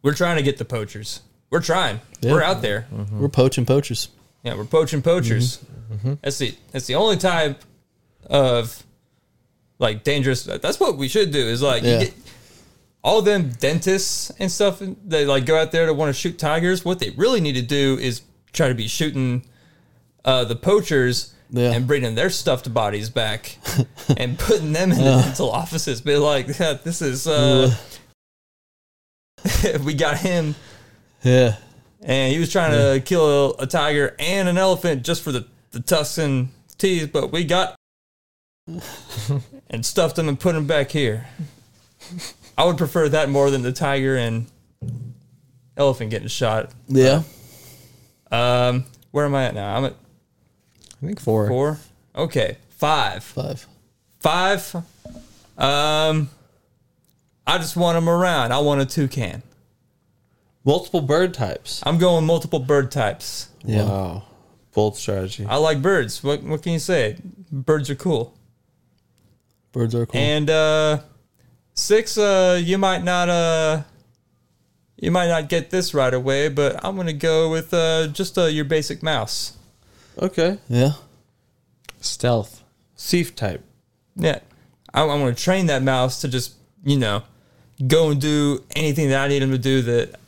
S5: We're trying to get the poachers. We're trying.
S4: Yeah.
S5: We're out there.
S4: We're poaching poachers.
S5: Yeah, we're poaching poachers.
S4: Mm-hmm.
S5: That's the that's the only type of like dangerous. That's what we should do. Is like you
S4: Yeah.
S5: get all them dentists and stuff. They like go out there to want to shoot tigers. What they really need to do is try to be shooting uh, the poachers
S4: Yeah.
S5: and bringing their stuffed bodies back and putting them in
S4: Uh.
S5: the dental offices. Be like, this is uh,
S4: Uh.
S5: we got him,
S4: Yeah.
S5: and he was trying to kill a tiger and an elephant just for the the tusks and teeth, but we got and stuffed him and put him back here. I would prefer that more than the tiger and elephant getting shot.
S4: Yeah.
S5: Um, where am I at now? I'm at
S3: I think four.
S5: four. Okay, five,
S4: Five.
S5: five. Um, I just want them around. I want a toucan.
S6: Multiple bird types.
S5: I'm going multiple bird types.
S4: Yeah.
S6: Wow. Bold strategy.
S5: I like birds. What what can you say? Birds are cool.
S4: Birds are cool.
S5: And uh, six. Uh, you might not. Uh, you might not get this right away, but I'm gonna go with uh, just uh, your basic mouse.
S6: Okay.
S4: yeah.
S3: Stealth.
S6: Thief type.
S5: Yeah, I, I'm going to train that mouse to just you know go and do anything that I need him to do that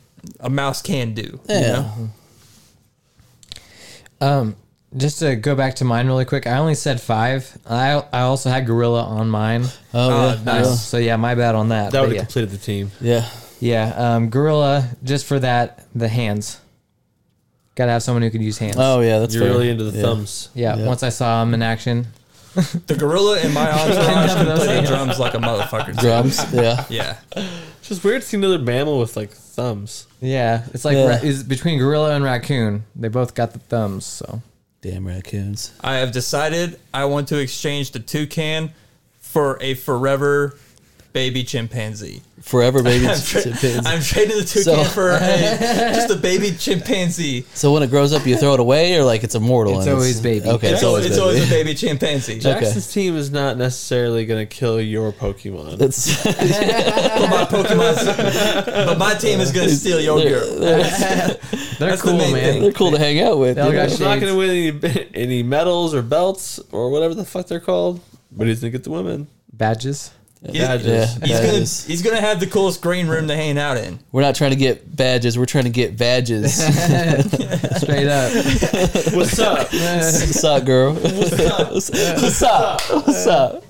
S5: a mouse can do.
S4: Yeah.
S5: you know?
S3: Um, just to go back to mine really quick, I only said five. I I also had gorilla on mine.
S6: Ah,
S4: Oh, yeah.
S3: Uh, So yeah, my bad on that.
S6: That
S3: But
S6: would have
S3: yeah,
S6: completed the team.
S4: Yeah.
S3: yeah. Um, gorilla just for that. The hands. Got to have someone who can use hands.
S4: Oh, yeah. That's
S6: You're
S4: fair.
S6: really into the
S4: Yeah.
S6: thumbs.
S3: yeah,
S4: yeah.
S3: Once I saw him in action,
S5: The gorilla in my entourage can play drums like a motherfucker. too.
S4: Drums. Yeah.
S5: Yeah,
S6: It's just weird to see another mammal with like thumbs.
S3: yeah, it's like
S4: Yeah.
S3: ra- is between gorilla and raccoon. They both got the thumbs. So
S4: Damn raccoons.
S5: I have decided I want to exchange the toucan for a forever baby chimpanzee.
S4: Forever baby
S5: I'm, tra-
S4: chimpanzee.
S5: I'm trading the toucan
S4: So-
S5: for a, just a baby chimpanzee.
S4: So when it grows up, you throw it away, or like it's immortal.
S3: It's
S4: and
S3: always baby.
S4: Okay, it's,
S5: It's,
S4: always baby.
S5: a baby chimpanzee.
S4: Okay.
S6: Jackson's team is not necessarily going to kill your Pokemon.
S4: It's
S5: But my Pokemon's, but my team is gonna steal your girl.
S3: they're
S5: That's the
S3: cool,
S5: main
S3: man.
S5: thing.
S4: they're cool to hang out with.
S3: They all
S4: you
S3: got
S4: know?
S6: He's not
S3: shades.
S6: going to win any, any medals or belts or whatever the fuck they're called, but he's going to get the women.
S3: Badges.
S5: He's,
S6: Badges.
S4: Yeah.
S5: he's gonna
S4: badges.
S5: he's gonna have the coolest green room to hang out in.
S4: We're not trying to get badges. We're trying to get badges.
S3: Straight up.
S6: What's up?
S4: What's up, girl? What's up? What's up?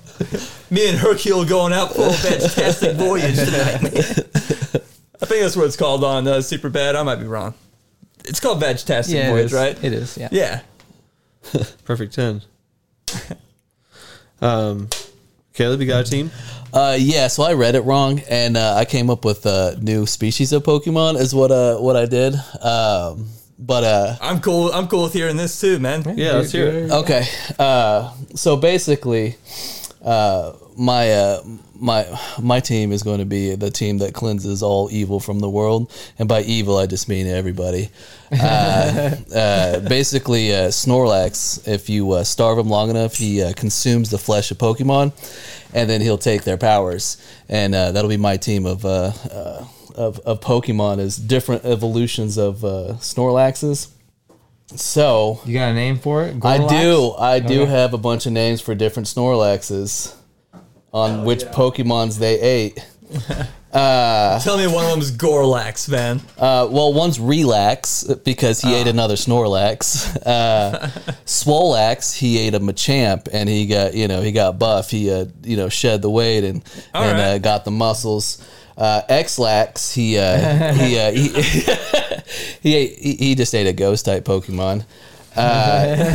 S5: Me and Hercule going out for a fantastic voyage tonight. man. I think that's what it's called on uh, Super Bad. I might be wrong. It's called Vegetastic
S3: Yeah, it
S5: Voyage,
S3: is.
S5: right?
S3: It is. Yeah.
S5: yeah.
S6: Perfect 10. um, Caleb, you got a team?
S4: Uh, yeah, so I read it wrong, and uh, I came up with uh, new species of Pokemon. Is what uh, what I did. Um, but uh,
S5: I'm cool. I'm cool with hearing this too, man.
S6: Yeah, let's hear it.
S4: Okay. Uh, so basically, uh, my uh, my my team is going to be the team that cleanses all evil from the world, and by evil I just mean everybody. Uh, uh, basically, uh, Snorlax. If you uh, starve him long enough, he uh, consumes the flesh of Pokemon, and then he'll take their powers, and uh, that'll be my team of. Uh, uh, of, of Pokemon is different evolutions of uh, Snorlaxes. So
S3: You got a name for it?
S4: I
S3: Gorlax?
S4: do. I do
S3: Okay.
S4: have a bunch of names for different Snorlaxes on which Pokemons they ate.
S5: Tell me one of them's Gorlax, man.
S4: Uh, well, one's Relax because he ate
S5: Ah.
S4: another Snorlax. Uh, Swolax, he ate a Machamp, and he got you know he got buff. He uh, you know shed the weight and and
S5: right.
S4: uh, got the muscles. Uh, Xlax, he uh, he, uh, he he, ate, he he just ate a ghost type Pokemon. Uh,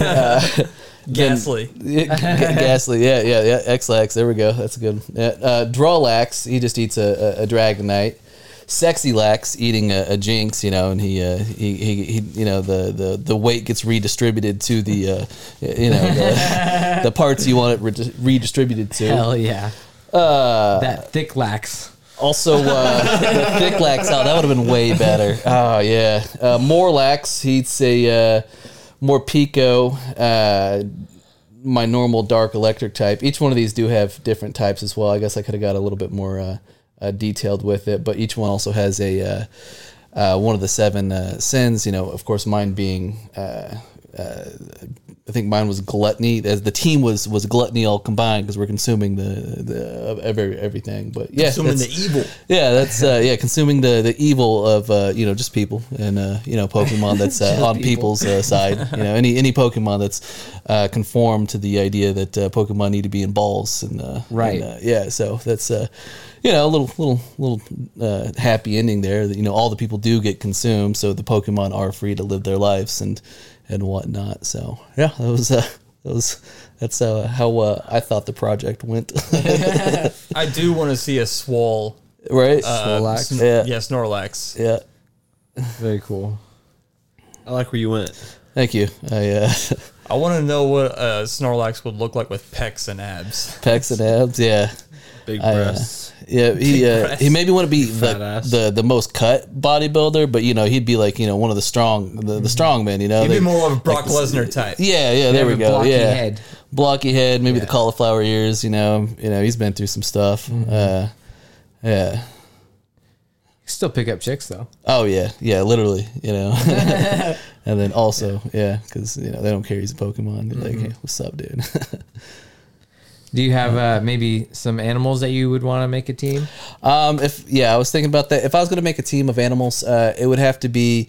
S5: Ghastly.
S4: G- Ghastly, yeah, yeah, yeah. Xlax, there we go. That's a good. one. Yeah. Uh, Drawlax, he just eats a, a, a Dragonite. Sexy Lax eating a, a Jinx, you know, and he, uh, he, he, he, you know, the, the, the weight gets redistributed to the, uh, you know, the, the parts you want it re- redistributed to.
S3: Hell yeah. that thick lax.
S4: Also, uh, the thick lax. Oh, that would have been way better. Oh yeah, uh, more lax. He's a uh, more pico. Uh, my normal dark electric type. Each one of these do have different types as well. I guess I could have got a little bit more uh, uh, detailed with it, but each one also has a uh, uh, one of the seven uh, sins. You know, of course, mine being. Uh, I think mine was gluttony. As the team was was gluttony all combined because we're consuming the the every, everything. But yeah,
S2: Assuming the
S4: that's-
S2: evil.
S4: yeah, that's uh, yeah, consuming the the evil of uh, you know just people and uh, you know Pokemon that's uh, on people's uh, side. You know any any Pokemon that's uh, conformed to the idea that uh, Pokemon need to be in balls and uh,
S3: Right.
S4: and, uh, yeah, so that's uh, you know a little little little uh, happy ending there. That, you know all the people do get consumed, so the Pokemon are free to live their lives and and whatnot. So yeah, that was uh, that was that's uh, how uh, I thought the project went.
S5: I do want to see a swole.
S4: right?
S5: Uh,
S3: Snorlax.
S5: Sn-
S4: Yeah.
S5: yeah. Snorlax.
S4: yeah.
S3: Very cool.
S6: I like where you went.
S4: Thank you. I uh,
S5: I want to know what uh, Snorlax would look like with pecs and abs.
S4: pecs and abs. Yeah,
S6: Big
S4: I, uh,
S6: breasts.
S4: yeah. He uh,
S5: breasts.
S4: he maybe wouldn't be
S6: Fat
S4: the,
S6: ass.
S4: the the most cut bodybuilder, but you know he'd be like you know one of the strong the,
S3: Mm-hmm.
S4: the strong men. You know,
S5: He'd
S4: They-
S5: be more of a Brock
S4: like this-
S5: Lesnar type.
S4: Yeah, yeah. There
S3: have
S4: we
S3: a
S4: go.
S3: blocky
S4: yeah,
S3: head.
S4: blocky head. Maybe the
S3: Yeah.
S4: cauliflower ears. You know, you know he's been through some stuff.
S3: Mm-hmm.
S4: Uh, yeah.
S3: Still pick up chicks though.
S4: Oh yeah, yeah, literally, you know, and then also, yeah, because you know they don't care he's a Pokemon. They're
S5: Mm-hmm.
S4: like, hey, what's up, dude?
S3: Do you have uh, maybe some animals that you would want to make a team?
S4: Um, if yeah, I was thinking about that. If I was going to make a team of animals, uh, it would have to be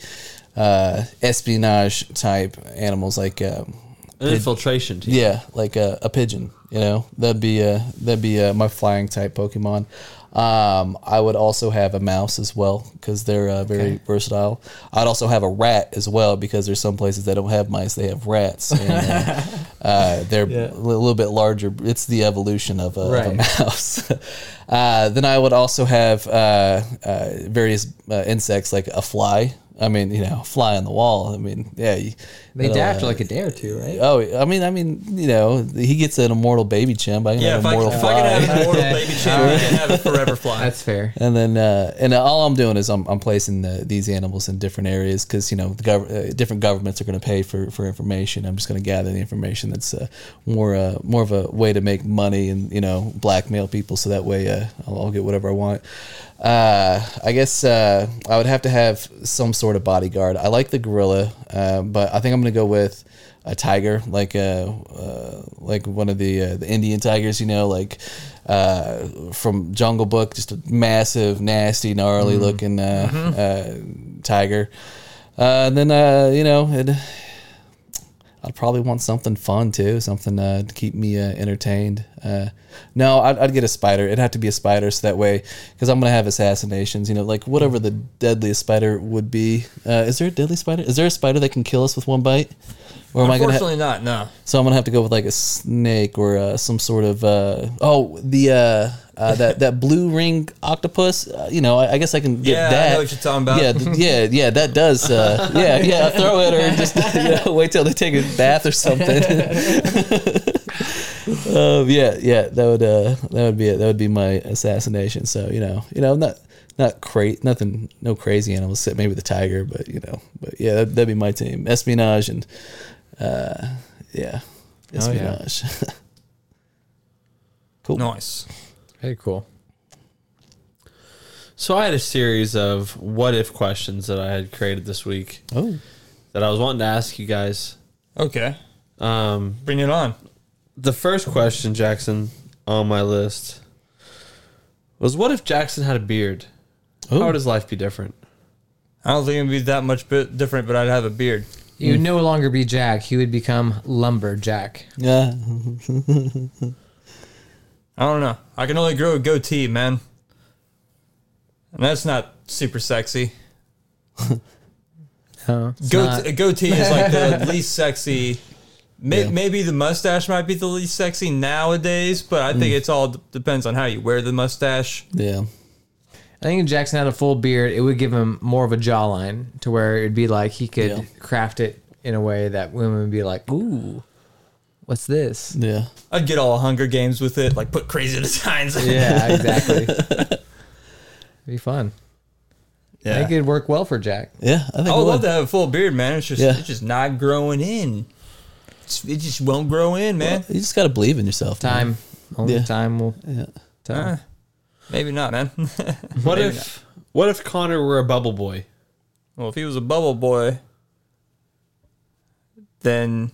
S4: uh, espionage type animals, like um,
S6: An infiltration team.
S4: yeah, like a, a pigeon. You know, that'd be uh, that'd be uh, my flying type Pokemon. Um, I would also have a mouse as well because they're uh, very versatile. I'd also have a rat as well because there's some places that don't have mice; they have rats. And, uh, uh, they're a little bit larger. It's the evolution of a, of a
S3: Right.
S4: mouse. uh, then I would also have uh, uh, various uh, insects like a fly. I mean, you know, fly on the wall. I mean, yeah, you-
S3: They
S4: that'll,
S3: die after
S4: uh,
S3: like a day or two, right?
S4: Oh, I mean, I mean, you know, he gets an immortal baby chimp. I can
S5: Yeah,
S4: have
S5: if I,
S4: immortal
S5: if I
S4: fly.
S5: can have an immortal
S3: Okay.
S5: baby champ, I can have it forever fly.
S3: That's fair.
S4: and then, uh, and all I'm doing is I'm, I'm placing the, these animals in different areas because you know the gov- uh, different governments are going to pay for, for information. I'm just going to gather the information that's uh, more uh, more of a way to make money and you know blackmail people so that way uh, I'll, I'll get whatever I want. Uh, I guess uh, I would have to have some sort of bodyguard. I like the gorilla, uh, but I think I'm going to go with a tiger, like uh, uh, like one of the uh, the Indian tigers, you know, like uh, from Jungle Book, just a massive, nasty, gnarly looking uh, uh, tiger. Uh, and then uh, you know, it, I'd probably want something fun too, something uh, to keep me uh, entertained. Uh, no, I'd, I'd get a spider. It'd have to be a spider, so that way, because I'm gonna have assassinations. You know, like whatever the deadliest spider would be. Uh, is there a deadly spider? Is there a spider that can kill us with one bite? Or am I gonna? ha-
S5: Unfortunately, not. No.
S4: So I'm gonna have to go with like a snake or uh, some sort of uh, oh the uh, uh, that that blue ring octopus. Uh, you know, I, I guess I can get
S5: Yeah, I
S4: that.
S5: know what you're talking about.
S4: Yeah, th- yeah, yeah. That does. Uh, yeah, yeah. Throw it or just you know, wait till they take a bath or something. um, yeah, yeah. That would uh, that would be it. That would be my assassination. So you know, you know, not not cra nothing, no crazy animals except maybe the tiger. But you know, but yeah, that'd, that'd be my team. Espionage and uh, yeah,
S3: Oh, yeah.
S4: espionage. cool.
S5: Nice.
S3: Very cool.
S6: So I had a series of what if questions that I had created this week
S4: Oh,
S6: that I was wanting to ask you guys.
S5: Okay.
S6: Um,
S5: Bring it on.
S6: the first question, Jackson, on my list was what if Jackson had a beard? How
S4: Ooh.
S6: would his life be different?
S5: I don't think it'd be that much bit different, but I'd have a beard.
S3: You would no longer be Jack. He would become Lumberjack.
S4: yeah.
S5: I don't know. I can only grow a goatee, man. And that's not super sexy.
S3: Huh?
S5: Goat- a goatee is like the least sexy. May- Maybe the mustache might be the least sexy nowadays, but I think it's all d- depends on how you wear the mustache.
S4: Yeah.
S3: I think if Jackson had a full beard, it would give him more of a jawline to where it'd be like he could
S4: Yeah.
S3: craft it in a way that women would be like, ooh, what's this?
S4: Yeah.
S5: I'd get all Hunger Games with it, like put crazy designs. in it.
S3: Yeah, exactly. be fun. I think it'd work well for Jack.
S4: Yeah. I think
S5: Oh, I would
S4: it
S5: love
S4: would.
S5: to have a full beard, man. It's just
S4: Yeah.
S5: it's just not growing in. It's, it just won't grow in, man.
S4: You just gotta believe in yourself. man.
S3: Time. Only
S4: Yeah.
S3: time will
S4: Yeah.
S3: tell.
S5: Uh, maybe not, man.
S6: What if what if Connor were a bubble boy?
S5: well, if he was a bubble boy, then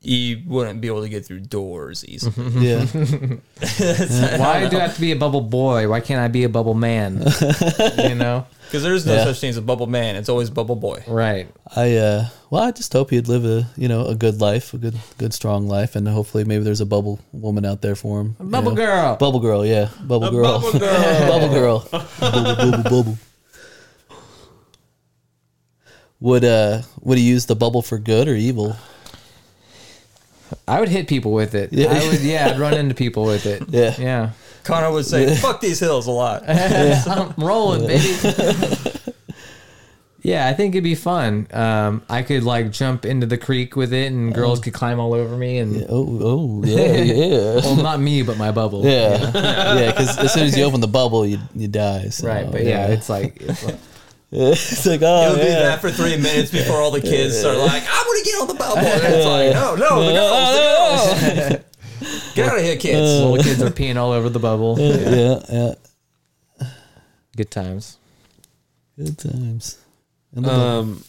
S5: you wouldn't be able to get through doors easily.
S4: Yeah. Ah.
S3: Why do I have to be a bubble boy? Why can't I be a bubble man? you know,
S5: Because there's no
S4: Yeah.
S5: such thing as a bubble man. It's always bubble boy.
S3: right?
S4: I uh well I just hope he'd live a you know a good life a good good strong life and hopefully maybe there's a bubble woman out there for him you
S3: bubble
S4: know.
S3: girl.
S4: bubble girl yeah bubble girl
S6: Bubble girl.
S4: bubble girl bubble bubble bubble would uh would he use the bubble for good or evil
S3: I would hit people with it.
S4: Yeah.
S3: I would, yeah, I'd run into people with it.
S4: Yeah.
S3: yeah.
S5: Connor would say, "Fuck these hills" a lot.
S3: I'm rolling, baby. yeah, I think it'd be fun. Um, I could like jump into the creek with it, and girls could climb all over me, and
S4: oh oh yeah yeah
S3: well, not me, but my bubble.
S4: yeah yeah because as soon as you open the bubble you you die so,
S3: Right, but yeah, it's like it's like-
S4: it's like
S5: It
S4: oh
S5: would be
S4: yeah.
S5: that for three minutes before all the kids are like, "I want to get on the bubble." And it's like, "No, no, the girls, the girls. get out of here,
S4: Uh,
S5: kids."
S3: little kids are peeing all over the bubble.
S4: yeah yeah
S3: Good times.
S4: good times And the
S6: Um,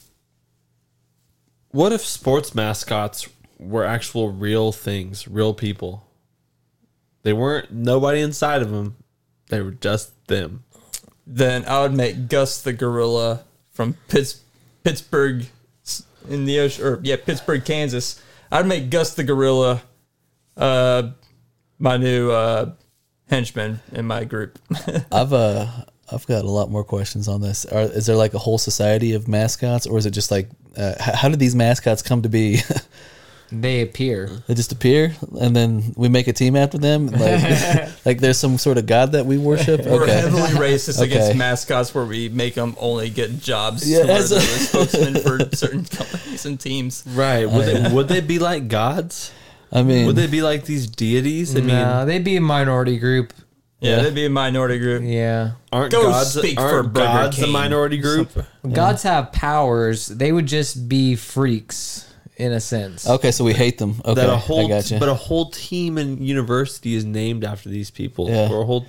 S6: what if sports mascots were actual real things, real people? They weren't nobody inside of them. They were just them.
S5: Then I would make Gus the gorilla from Pitts, Pittsburgh, in the ocean, or yeah, Pittsburgh, Kansas. I'd make Gus the gorilla, uh, my new uh, henchman in my group.
S4: I've uh, I've got a lot more questions on this. Are, is there like a whole society of mascots, or is it just like uh, h- how did these mascots come to be?
S3: They appear.
S4: they just appear, and then we make a team after them. Like, like there's some sort of god that we worship.
S5: We're
S4: Okay,
S5: heavily racist against
S4: Okay.
S5: mascots where we make them only get jobs
S4: Yeah,
S5: where
S4: that's-
S5: they're the spokesman for certain companies and teams.
S6: Right? Would they would they be like gods?
S4: I mean,
S6: Would they be like these deities? I mean,
S3: No, Uh, they'd be a minority group.
S5: Yeah, that'd be a minority group.
S3: Yeah.
S6: aren't
S5: Go
S6: gods
S5: speak for
S6: aren't
S5: Burger
S6: gods the
S5: King.
S6: minority group?
S3: Gods have powers. They would just be freaks in a sense.
S4: okay, so we hate them. Okay,
S6: That a whole
S4: I got you.
S6: but a whole team in university is named after these people.
S4: Yeah.
S6: Or a whole,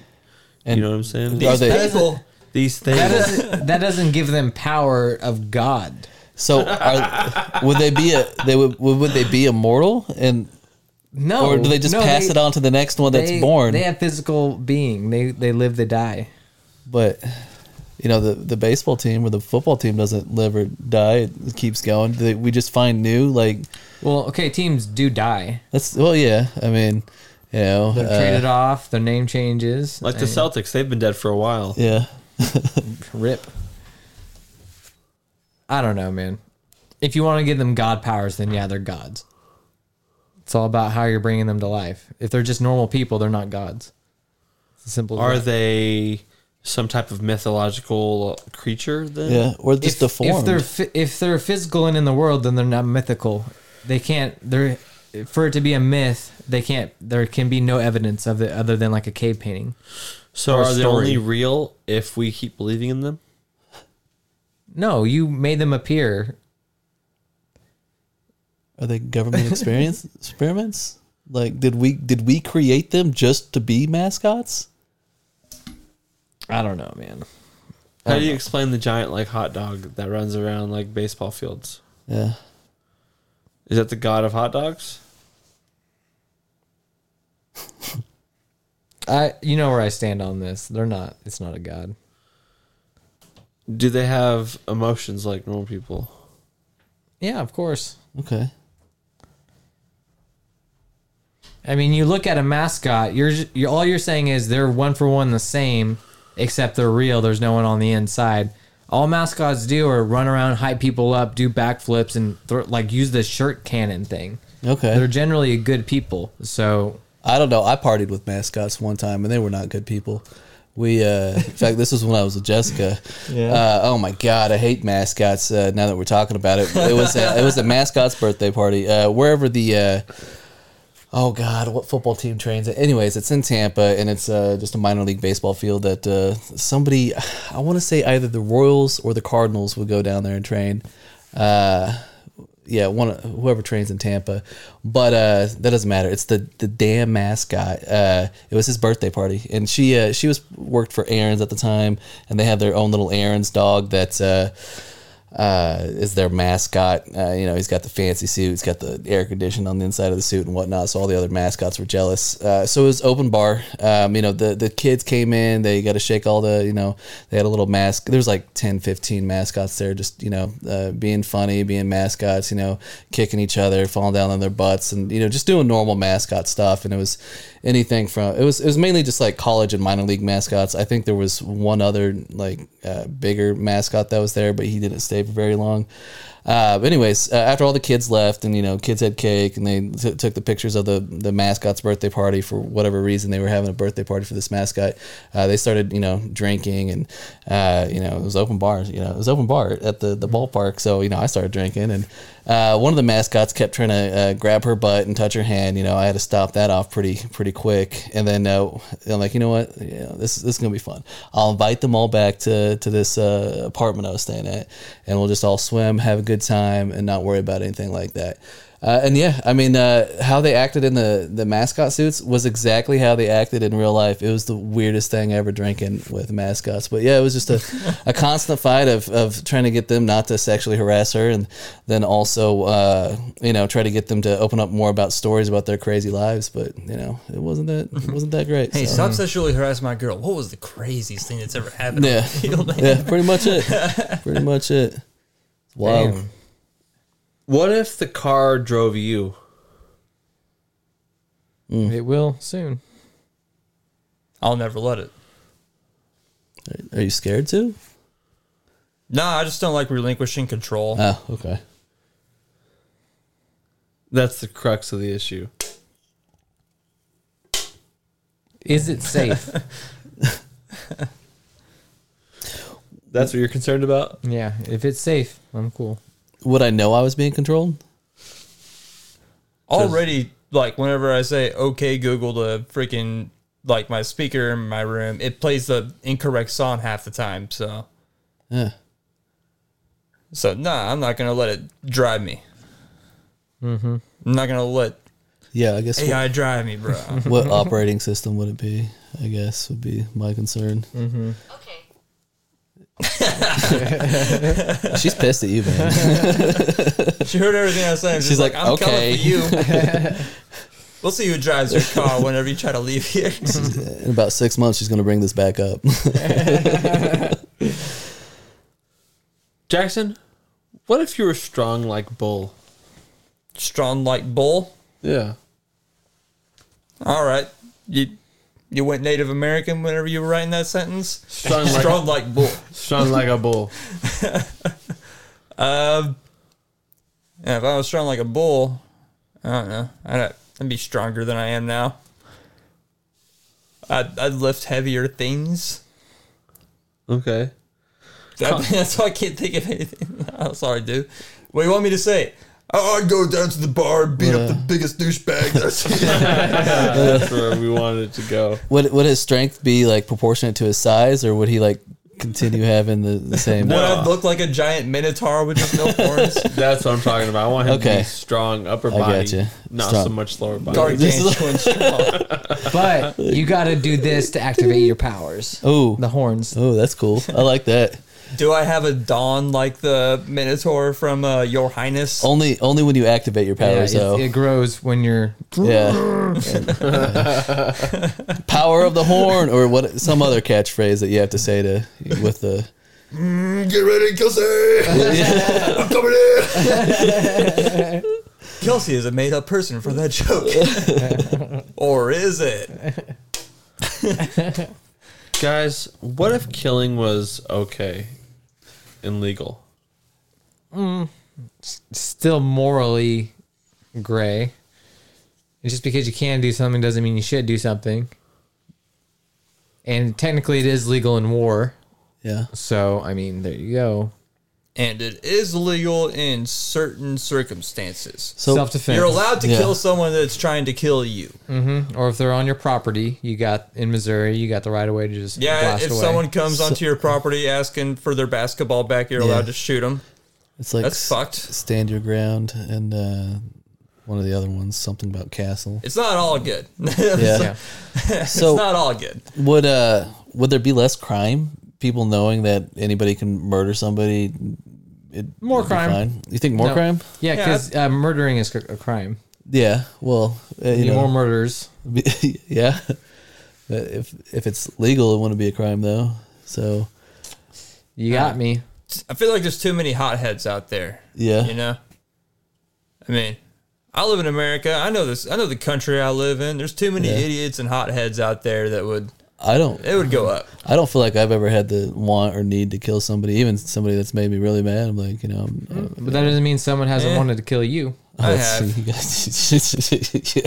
S4: And
S6: you know what I'm saying?
S4: are
S6: These,
S4: they
S5: People,
S6: these
S3: That
S6: things.
S3: doesn't, that doesn't give them power of God.
S4: so? Are, would they be a they would would they be immortal and
S3: No.
S4: or do they just
S3: no,
S4: pass
S3: they-
S4: it on to the next one that's
S3: they,
S4: born?
S3: They have physical being. They they live. They die.
S4: but you know the the baseball team or the football team doesn't live or die it keeps going They- we just find new like
S3: Well, okay, teams do die.
S4: that's well yeah i mean you know
S3: They're
S4: uh,
S3: traded off. Their name changes.
S6: like the
S3: I-
S6: Celtics, they've been dead for a while.
S4: yeah
S3: rip. I don't know, man. If you want to give them god powers, then yeah, they're gods. It's all about how you're bringing them to life. If they're just normal people, they're not gods. It's as simple. as
S6: Are
S3: that.
S6: they some type of mythological creature then?
S4: yeah or just
S3: if,
S4: deformed
S3: If they're phy- if they're physical and in the world, then they're not mythical. They can't. They're for it to be a myth. They can't. There can be no evidence of it other than like a cave painting.
S6: So
S3: Or
S6: are they
S3: story.
S6: only real if we keep believing in them?
S3: No, you made them appear.
S4: are they government experience experiments like did we did we create them just to be mascots
S3: I don't know, man.
S6: How
S3: Um,
S6: do you explain the giant like hot dog that runs around like baseball fields?
S4: yeah
S6: Is that the god of hot dogs?
S3: I you know where I stand on this. They're not. It's not a god.
S6: Do they have emotions like normal people?
S3: Yeah, of course.
S4: okay
S3: I mean, you look at a mascot. You're, j- you're all you're saying is they're one for one the same, except they're real. There's no one on the inside. All mascots do are run around, hype people up, do backflips, and throw like use the shirt cannon thing.
S4: okay
S3: They're generally good people. So
S4: I don't know. I partied with mascots one time, and they were not good people. We, uh, in fact, this was when I was with Jessica. Uh, oh my god, I hate mascots. Uh, now that we're talking about it, it was a, it was a mascot's birthday party. Uh, wherever the, uh, oh god, what football team trains it? Anyways, it's in Tampa, and it's uh, just a minor league baseball field that uh, somebody, I want to say either the Royals or the Cardinals would go down there and train. Uh, yeah, one whoever trains in Tampa, but uh, that doesn't matter. It's the the damn mascot. Uh, it was his birthday party, and she uh, she was worked for errands at the time, and they had their own little errands dog that. Uh, uh, is their mascot. Uh, you know, he's got the fancy suit, he's got the air conditioning on the inside of the suit and whatnot. So all the other mascots were jealous. Uh, so it was open bar. Um, you know, the, the kids came in, they got to shake all the, you know, they had a little mask. There was like 10, 15 mascots there, just, you know, uh, being funny, being mascots, you know, kicking each other, falling down on their butts and, you know, just doing normal mascot stuff. And it was anything from, it was, it was mainly just like college and minor league mascots. I think there was one other like uh, bigger mascot that was there, but he didn't stay for very long. Uh, but anyways, uh, after all the kids left, and you know, kids had cake, and they t- took the pictures of the the mascot's birthday party for whatever reason they were having a birthday party for this mascot. Uh, they started, you know, drinking, and uh, you know, it was open bars. You know, it was open bar at the the ballpark. So you know, I started drinking, and uh, one of the mascots kept trying to uh, grab her butt and touch her hand. You know, I had to stop that off pretty pretty quick. And then uh, I'm like, you know what? Yeah, this this is gonna be fun. I'll invite them all back to to this uh, apartment I was staying at, and we'll just all swim, have a good time, and not worry about anything like that. Uh, and yeah, I mean, uh, how they acted in the, the mascot suits was exactly how they acted in real life. It was the weirdest thing ever drinking with mascots. But yeah, it was just a, a constant fight of, of trying to get them not to sexually harass her and then also, uh, you know, try to get them to open up more about stories about their crazy lives. But, you know, it wasn't that, it wasn't that great.
S5: Hey,
S4: so.
S5: stop sexually harassing my girl. What was the craziest thing that's ever happened? on
S4: Yeah.
S5: the field, man?
S4: yeah, pretty much it. Pretty much it. Wow.
S3: Damn.
S6: What if the car drove you?
S3: It will soon.
S5: I'll never let it.
S4: Are you scared too?
S5: No, I just don't like relinquishing control.
S4: Oh, okay.
S6: That's the crux of the issue.
S3: Is it safe?
S6: That's what you're concerned about?
S3: yeah. If it's safe, I'm cool.
S4: Would I know I was being controlled?
S5: Already, like whenever I say "Okay, Google" to freaking like my speaker in my room, it plays the incorrect song half the time. So,
S4: Yeah.
S5: so nah, I'm not gonna let it drive me. Mm-hmm. I'm not gonna let
S4: Yeah, I guess what-
S5: AI drive me, bro.
S4: what operating system would it be? I guess would be my concern.
S7: Okay.
S4: She's pissed at you, man.
S5: she heard everything I was saying. She's,
S4: She's
S5: like,
S4: like,
S5: "I'm
S4: "Okay."
S5: coming for you." we'll see who drives your car whenever you try to leave here.
S4: In about six months, she's gonna bring this back up.
S6: Jackson, what if you were strong like bull?
S5: Strong like bull.
S6: Yeah.
S5: All right, you you went Native American whenever you were writing that sentence.
S6: Strong like
S5: Strong like bull.
S6: strong like a bull.
S5: Yeah, if I was strong like a bull, I don't know. I'd, I'd be stronger than I am now. I'd, I'd lift heavier things.
S6: Okay.
S5: That- that's why I can't think of anything. I'm sorry, dude. What do you want me to say? Oh, I'd go down to the bar, and beat up the biggest douchebag. That's-
S6: That's where we wanted it to go.
S4: would would his strength be like proportionate to his size, or would he like continue having the, the same?
S5: Would I look like a giant minotaur with just no horns?
S6: That's what I'm talking about. I want him to
S4: Okay.
S6: be strong upper body,
S4: gotcha.
S6: not so
S4: Strong.
S6: much lower body.
S5: Gargantuan strong.
S3: But you got to do this to activate your powers.
S4: Oh,
S3: The horns.
S4: oh, that's cool. I like that.
S5: Do I have a dawn like the minotaur from uh, Your Highness?
S4: Only only when you activate your
S3: Yeah,
S4: powers,
S3: it-
S4: though.
S3: it grows when you're
S4: yeah. Power of the horn, or what? Some other catchphrase that you have to say to with the.
S5: Get ready, Kelsey! I'm coming in! Kelsey is a made up person for that joke. or is it?
S6: Guys, what if killing was okay and legal?
S3: still morally gray. And just because you can do something doesn't mean you should do something. And technically, it is legal in war.
S4: Yeah.
S3: So, I mean, there you go.
S5: And it is legal in certain circumstances.
S4: So
S3: Self defense.
S5: You're allowed to
S4: Yeah.
S5: kill someone that's trying to kill you.
S3: or if they're on your property, you got in Missouri, you got the right of way to just
S5: Yeah,
S3: blast
S5: if
S3: away.
S5: someone comes onto your property asking for their basketball back, you're allowed to shoot them.
S4: It's like
S5: That's
S4: s-
S5: fucked.
S4: Stand your ground and uh, one of the other ones, something about castle.
S5: It's not all good.
S4: Yeah.
S5: It's
S4: so
S5: not all good.
S4: would uh would there be less crime? People knowing that anybody can murder somebody it-
S3: More
S4: it'd be
S3: crime.
S4: fine. You think more
S3: No.
S4: crime?
S3: Yeah,
S5: Yeah.
S3: because uh, murdering is c- a crime.
S4: Yeah. Well, uh, you
S3: You need
S4: know,
S3: more murders.
S4: yeah. Uh, If if it's legal, it wouldn't be a crime though. So
S3: You got me.
S5: I feel like there's too many hotheads out there.
S4: Yeah.
S5: You know? I mean, I live in America. I know this I know the country I live in. There's too many
S4: Yeah.
S5: idiots and hotheads out there that would
S4: I don't
S5: it would go up.
S4: I don't feel like I've ever had the want or need to kill somebody, even somebody that's made me really mad. I'm like, you know, I'm, I'm-
S3: But that doesn't mean someone hasn't
S5: Eh.
S3: wanted to kill you.
S5: Mm, I
S4: let's
S5: have.
S4: see, you guys-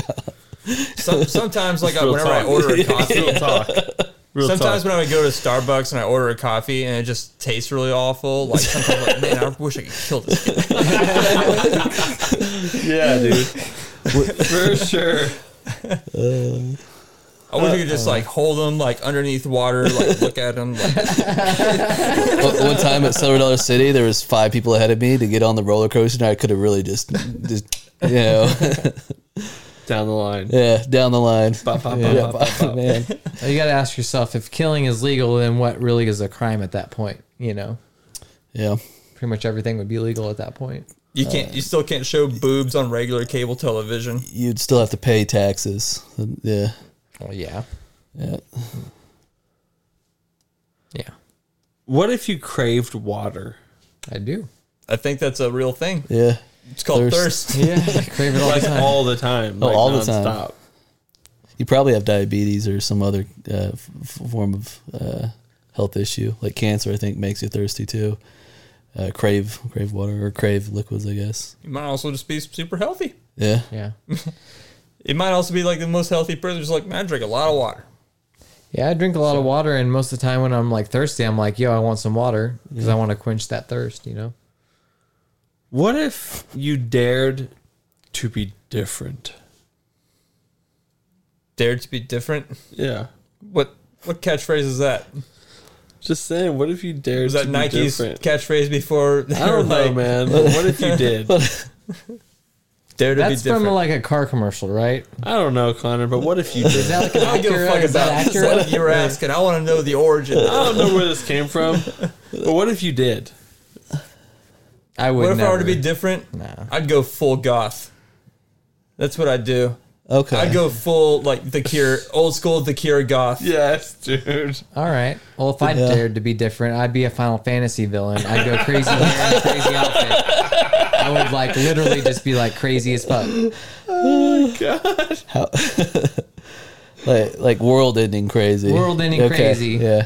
S4: yeah.
S5: Some, sometimes like I,
S6: Real
S5: whenever I
S6: talk.
S5: order a coffee,
S6: Real talk. Real
S5: sometimes
S6: talk.
S5: when I go to Starbucks and I order a coffee and it just tastes really awful, like sometimes I'm like, man, I wish I could kill this. Kid.
S6: yeah, dude. For sure.
S5: I wish I could just like hold them like underneath water, like look at them. Like,
S4: One one time at Silver Dollar City, there was five people ahead of me to get on the roller coaster, and I could have really just, just you know,
S6: Down the line.
S4: yeah, down the line.
S6: Bop, bop, bop,
S4: Yeah,
S6: bop, bop, bop.
S4: man.
S3: You got to ask yourself if killing is legal, then what really is a crime at that point? You know,
S4: Yeah.
S3: pretty much everything would be legal at that point.
S5: you can't, you still can't show boobs on regular cable television.
S4: You'd still have to pay taxes. Yeah.
S5: Oh,
S3: Well, yeah,
S4: Yeah.
S3: yeah,
S6: What if you craved water?
S3: I do.
S5: I think that's a real thing.
S4: Yeah.
S5: It's called
S4: Thirst.
S5: thirst.
S3: Yeah, I crave it all the
S6: Like
S3: time.
S6: all the time.
S4: Oh,
S6: like
S4: all the time.
S6: nonstop.
S4: You probably have diabetes or some other uh, f- f- form of uh, health issue, like cancer. I think makes you thirsty too. Uh, crave, crave water or crave liquids, I guess.
S5: You might also just be super healthy.
S4: Yeah,
S3: Yeah,
S5: It might also be like the most healthy person. Just like, man, I drink a lot of water.
S3: yeah. I drink a lot of water, and most of the time when I'm like thirsty, I'm like, yo, I want some water because I want to quench that thirst. You know.
S6: What if you dared to be different?
S5: Dare to be different.
S6: Yeah.
S5: What what catchphrase is that?
S6: Just saying, what if you dared
S5: Was that
S6: to
S5: Nike's
S6: be different?
S5: catchphrase before? They
S6: I don't
S5: were
S6: know,
S5: like,
S6: man. but what if you did?
S5: Dare to
S3: That's
S5: be different.
S3: from like a car commercial, right?
S6: I don't know, Connor, but what if you
S3: Is
S6: did?
S3: that like an
S5: I don't give a
S3: accurate-
S5: fuck
S3: is that
S5: about
S3: accurate?
S5: what you were asking. I want to know the origin.
S6: I don't know where this came from, but what if you did?
S3: I would.
S5: what if I were
S3: never.
S5: to be different?
S3: Nah.
S5: I'd go full goth. That's what I'd do.
S4: okay.
S5: I'd go full like the Cure, old school the Cure goth.
S6: Yes, dude.
S3: All right. Well, if I
S4: Yeah.
S3: dared to be different, I'd be a Final Fantasy villain. I'd go crazy hair, crazy outfit. I would like literally just be like crazy as fuck.
S4: like like world ending crazy.
S3: World ending crazy.
S4: Yeah.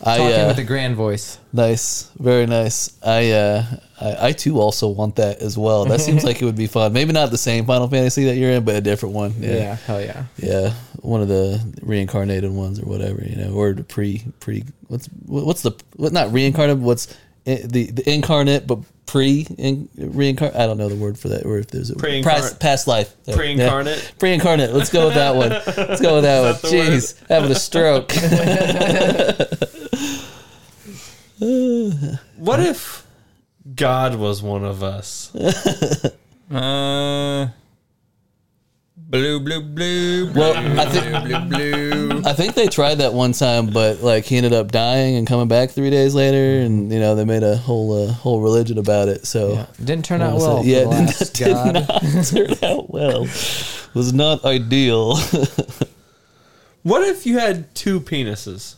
S4: I
S3: Talking
S4: uh,
S3: with a grand voice.
S4: nice, very nice. I uh, I, I too also want that as well. That seems like it would be fun. Maybe not the same Final Fantasy that you're in, but a different one.
S3: Yeah. Hell yeah.
S4: Yeah, one of the reincarnated ones or whatever, you know, or the pre pre what's what's the what not reincarnated? What's i- the the incarnate but pre in, reincarnate? I don't know the word for that, or if there's a
S6: Pre-incarnate.
S4: past, past life There, yeah.
S6: Pre-incarnate?
S4: pre-incarnate. Let's go with that one. Let's go with that one.
S6: the word?
S4: Jeez, having a stroke.
S6: What if God was one of us?
S5: Uh, blue, blue, blue, blue,
S4: well, I think.
S5: blue, blue.
S4: I think they tried that one time, but like he ended up dying and coming back three days later, and you know they made a whole uh, whole religion about it. So
S3: Yeah. Didn't turn
S4: What
S3: out
S4: was
S3: well.
S4: it?
S3: for
S4: Yeah,
S3: the
S4: it
S3: last
S4: did
S3: God.
S4: did not turn out well. Was not ideal.
S6: What if you had two penises?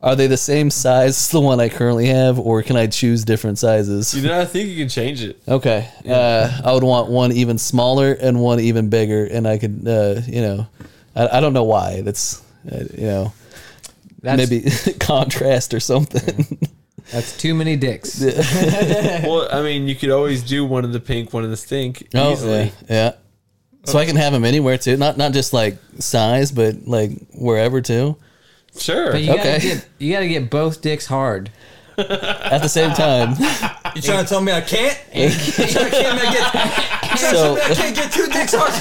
S4: Are they the same size as the one I currently have, or can I choose different
S6: You
S4: sizes?
S6: know, I think you can change it.
S4: Okay, uh, I would want one even smaller and one even bigger, and I could, uh, you know, I, I don't know why. That's uh, you know
S3: That's,
S4: maybe contrast or something.
S3: that's too many dicks.
S6: Well, I mean, you could always do one in the pink, one in the stink
S4: Oh,
S6: easily.
S4: yeah, yeah. So I can have them anywhere too, not not just like size, but like wherever too.
S6: Sure.
S3: But you
S4: Okay.
S3: gotta get you gotta get both dicks hard.
S4: At the same time,
S5: You trying to tell me I can't? You trying to tell me I get- you trying to tell me I can't get two dicks hard?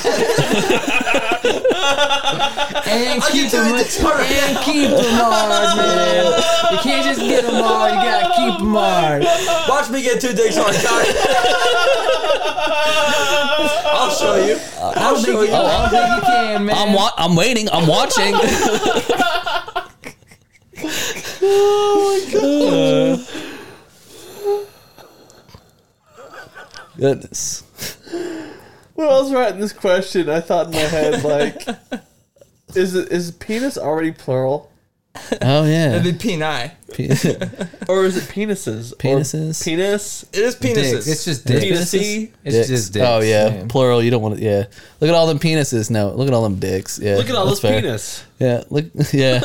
S3: And
S5: I
S3: keep
S5: get
S3: them
S5: two
S3: with-
S5: dicks hard.
S3: and keep them hard, man. You can't just get them hard. You gotta keep them hard.
S5: Watch me get two dicks hard, guys. I'll show you.
S3: I don't think you, I don't think you can, man.
S4: I'm wa- I'm waiting. I'm watching. Goodness.
S6: When I was writing this question, I thought in my head like, is it, is penis already plural,
S4: Oh yeah.
S5: It'd be peni.
S6: or is it penises? Or
S4: Penises?
S6: penis.
S5: It is penises.
S3: Dicks. It's just dicks.
S6: Penises?
S3: It's
S4: Dicks.
S3: just dicks.
S4: Oh yeah. Plural. You don't want to. Yeah. Look at all them penises. No. Look at all them dicks. Yeah.
S6: Look at all
S4: that's
S6: this
S4: fair.
S6: penis.
S4: Yeah. Look. Yeah.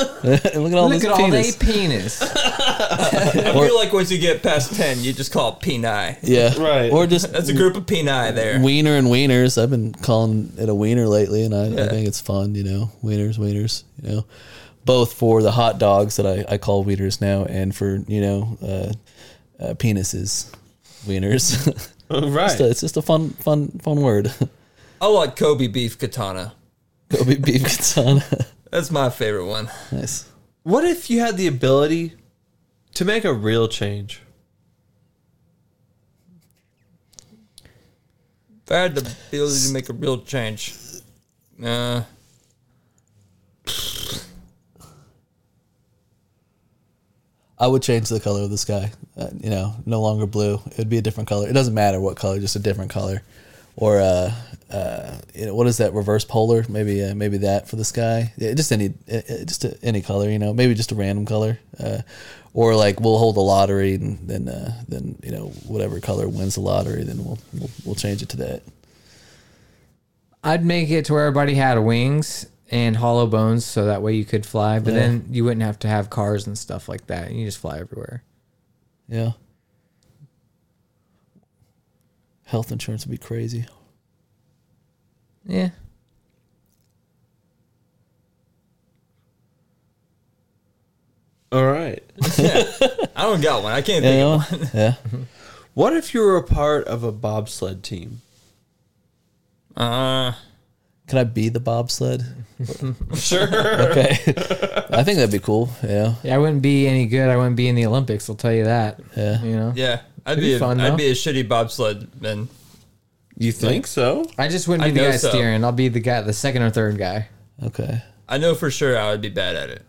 S4: look at all
S3: Look
S4: this
S3: at all they
S4: penis.
S3: penis.
S5: I feel like once you get past ten, you just call it peni.
S4: yeah.
S6: Right.
S4: Or just
S5: That's a group of peni there.
S4: wiener and wieners. I've been calling it a wiener lately, and I, I
S5: Yeah.
S4: think it's fun. You know, wieners, wieners. You know, both for the hot dogs that I, I call wieners now, and for you know, uh, uh, penises, wieners.
S6: Right.
S4: So it's just a fun, fun, fun word.
S5: I like Kobe beef katana.
S4: Kobe beef katana.
S5: That's my favorite one.
S4: nice.
S6: What if you had the ability to make a real change?
S5: If I had the ability to make a real change, uh,
S4: I would change the color of the sky. Uh, you know, no longer blue. It would be a different color. It doesn't matter what color, just a different color. Or uh, uh, you know, what is that reverse polar? Maybe uh, maybe that for the sky. Yeah, just any uh, uh, just a, any color. You know, maybe just a random color. Uh, or like we'll hold a lottery and then uh, then you know whatever color wins the lottery, then we'll we'll, we'll change it to that.
S3: I'd make it to where everybody had wings and hollow bones, so that way you could fly. But then you wouldn't have to have cars and stuff like that. You just fly everywhere.
S4: Yeah. Health insurance would be crazy.
S3: Yeah.
S6: All right.
S5: I don't got one. I can't
S4: You
S5: think.
S4: know? yeah.
S6: What if you were a part of a bobsled team?
S5: Of, uh,
S4: Can I be the bobsled?
S6: Sure.
S4: Okay. I think that'd be cool. Yeah.
S3: Yeah, I wouldn't be any good. I wouldn't be in the Olympics. I'll tell you that.
S4: Yeah.
S3: You know.
S5: yeah, I'd
S3: It'd
S5: be,
S3: be
S5: a,
S3: fun, though.
S5: I'd be a shitty bobsled man.
S6: You think so?
S3: I just wouldn't
S5: I
S3: be the
S5: know
S3: guy
S5: so.
S3: steering. I'll be the guy, the second or third guy.
S4: Okay.
S5: I know for sure I would be bad at it.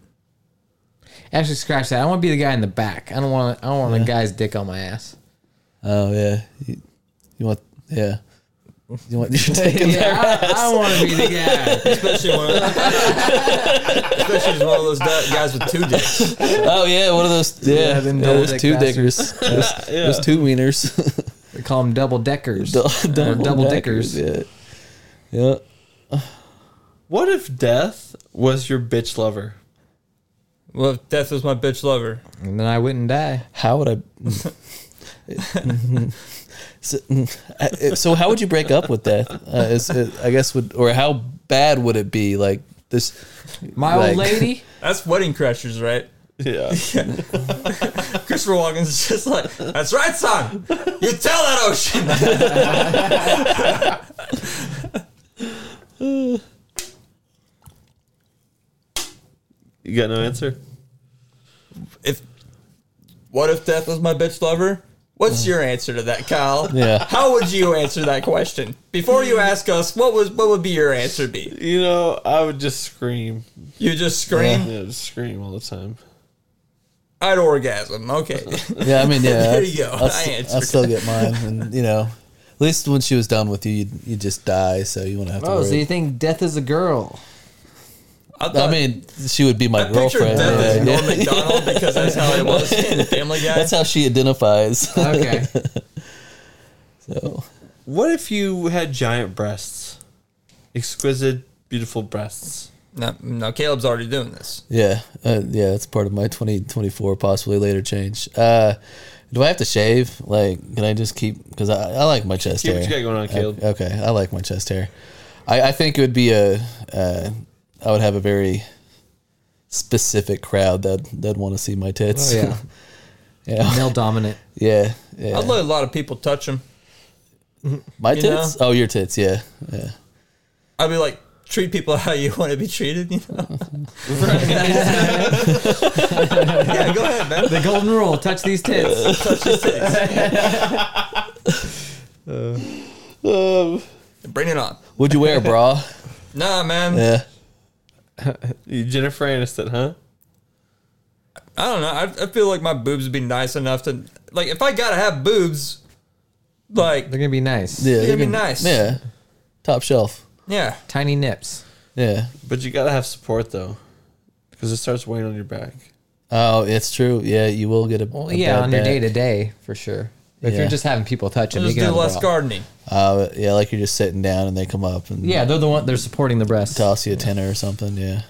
S3: Actually, scratch that. I want to be the guy in the back. I don't want. I don't want a guy's dick on my ass.
S4: Oh yeah. You, you want yeah. You want you're taking
S3: Yeah, I, I want to be the guy.
S5: Especially one of, especially just one of those du- guys with two dicks.
S4: Oh yeah, one of those yeah,
S3: them
S4: yeah,
S3: double
S4: those
S3: dick
S4: two
S3: bastards.
S4: dickers. Those, those two wieners.
S3: We call them double deckers.
S4: Dou-
S3: double dickers.
S4: Yeah. Yeah.
S6: What if death was your bitch lover?
S5: Well, if death was my bitch lover.
S3: and then I wouldn't die.
S4: How would I so, I- so how would you break up with that? Uh, is it, I guess would or how bad would it be like this
S3: My
S4: Like-
S3: old lady.
S5: That's Wedding Crashers, right?
S6: Yeah.
S5: Christopher Walken's just like, that's right, son. You tell that ocean.
S6: You got no answer?
S5: if what if death was my bitch lover? What's your answer to that, Kyle?
S4: Yeah.
S5: How would you answer that question? Before you ask us, what was what would be your answer be?
S6: You know, I would just scream.
S5: You just scream,
S6: Yeah, just scream all the time.
S5: I'd orgasm. Okay.
S4: Yeah, I mean, yeah.
S5: There you go.
S4: I'll,
S5: I answered.
S4: I'll still get mine, and you know, at least when she was done with you, you you just die, so you wouldn't have to
S3: Oh,
S4: worry.
S3: so you think death is a girl?
S5: I, thought,
S4: I mean, she would be my
S5: I pictured
S4: girlfriend.
S5: death as
S4: yeah,
S5: Norm
S4: yeah.
S5: McDonald because that's how it was in Family Guy.
S4: That's how she identifies.
S3: Okay. Oh,
S4: so,
S6: What if you had giant breasts? Exquisite, beautiful breasts.
S5: no, no, Caleb's already doing this.
S4: yeah, uh, yeah, that's part of my twenty twenty four, possibly later change. Uh, do I have to shave? Like, can I just keep? Because I, I like my chest
S6: Keep
S4: hair.
S6: what you got going on, Caleb.
S4: Okay, I like my chest hair. I, I think it would be a. Uh, I would have a very specific crowd that that want to see my tits.
S3: Oh yeah.
S4: yeah.
S3: Male dominant.
S4: Yeah, yeah.
S5: I'd let a lot of people touch him.
S4: My
S5: you
S4: tits? Oh, your tits. Yeah, yeah.
S5: I'd be like, treat people how you want to be treated, you know? yeah, go ahead, man.
S3: The golden rule: touch these tits.
S4: Uh, um,
S5: Bring it on.
S4: Would you wear a bra?
S5: Nah, man.
S4: Yeah.
S6: You Jennifer Aniston, huh?
S5: I don't know. I, I feel like my boobs would be nice enough to like if I gotta have boobs, Like,
S3: They're gonna be nice.
S4: Yeah,
S5: It'd
S4: you
S5: be
S4: can-
S5: nice.
S4: Yeah, top shelf.
S5: yeah,
S3: Tiny nips.
S4: Yeah.
S6: But you gotta have support though, because it starts weighing on your back.
S4: Oh, it's true. Yeah, you will get a.
S3: Well,
S4: a
S3: yeah,
S4: bad
S3: on your
S4: back.
S3: day to day for sure. If
S4: Yeah.
S3: you're just having people touch them, you
S5: just
S3: can
S5: do
S3: have a
S5: less
S3: problem.
S5: gardening.
S4: Uh, yeah, like you're just sitting down and they come up and
S3: Yeah, they're the one. They're supporting the breast.
S4: toss you a tenner or something. Yeah.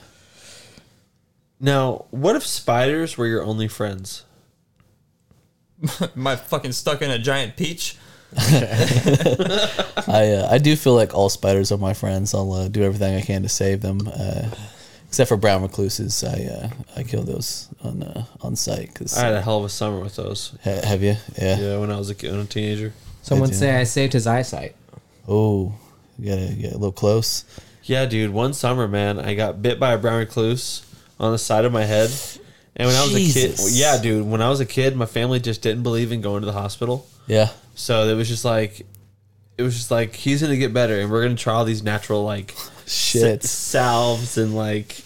S6: Now, what if spiders were your only friends?
S5: Am I fucking stuck in a giant peach?
S4: I uh, I do feel like all spiders are my friends. I'll uh, do everything I can to save them, uh, except for brown recluses. I uh, I kill those on uh, on sight. Cause
S6: I had a hell of a summer with those.
S4: ha- have you? Yeah.
S6: Yeah, when I was a kid, when I was a teenager.
S3: Someone
S4: They do.
S3: say I saved his eyesight.
S4: Oh, you gotta get a little close.
S6: Yeah, dude. One summer, man, I got bit by a brown recluse on the side of my head. And when I was a
S4: Jesus.
S6: kid, yeah, dude. When I was a kid, my family just didn't believe in going to the hospital.
S4: Yeah.
S6: So it was just like, it was just like he's gonna get better, and we're gonna try all these natural like
S4: Shit.
S6: s- salves and like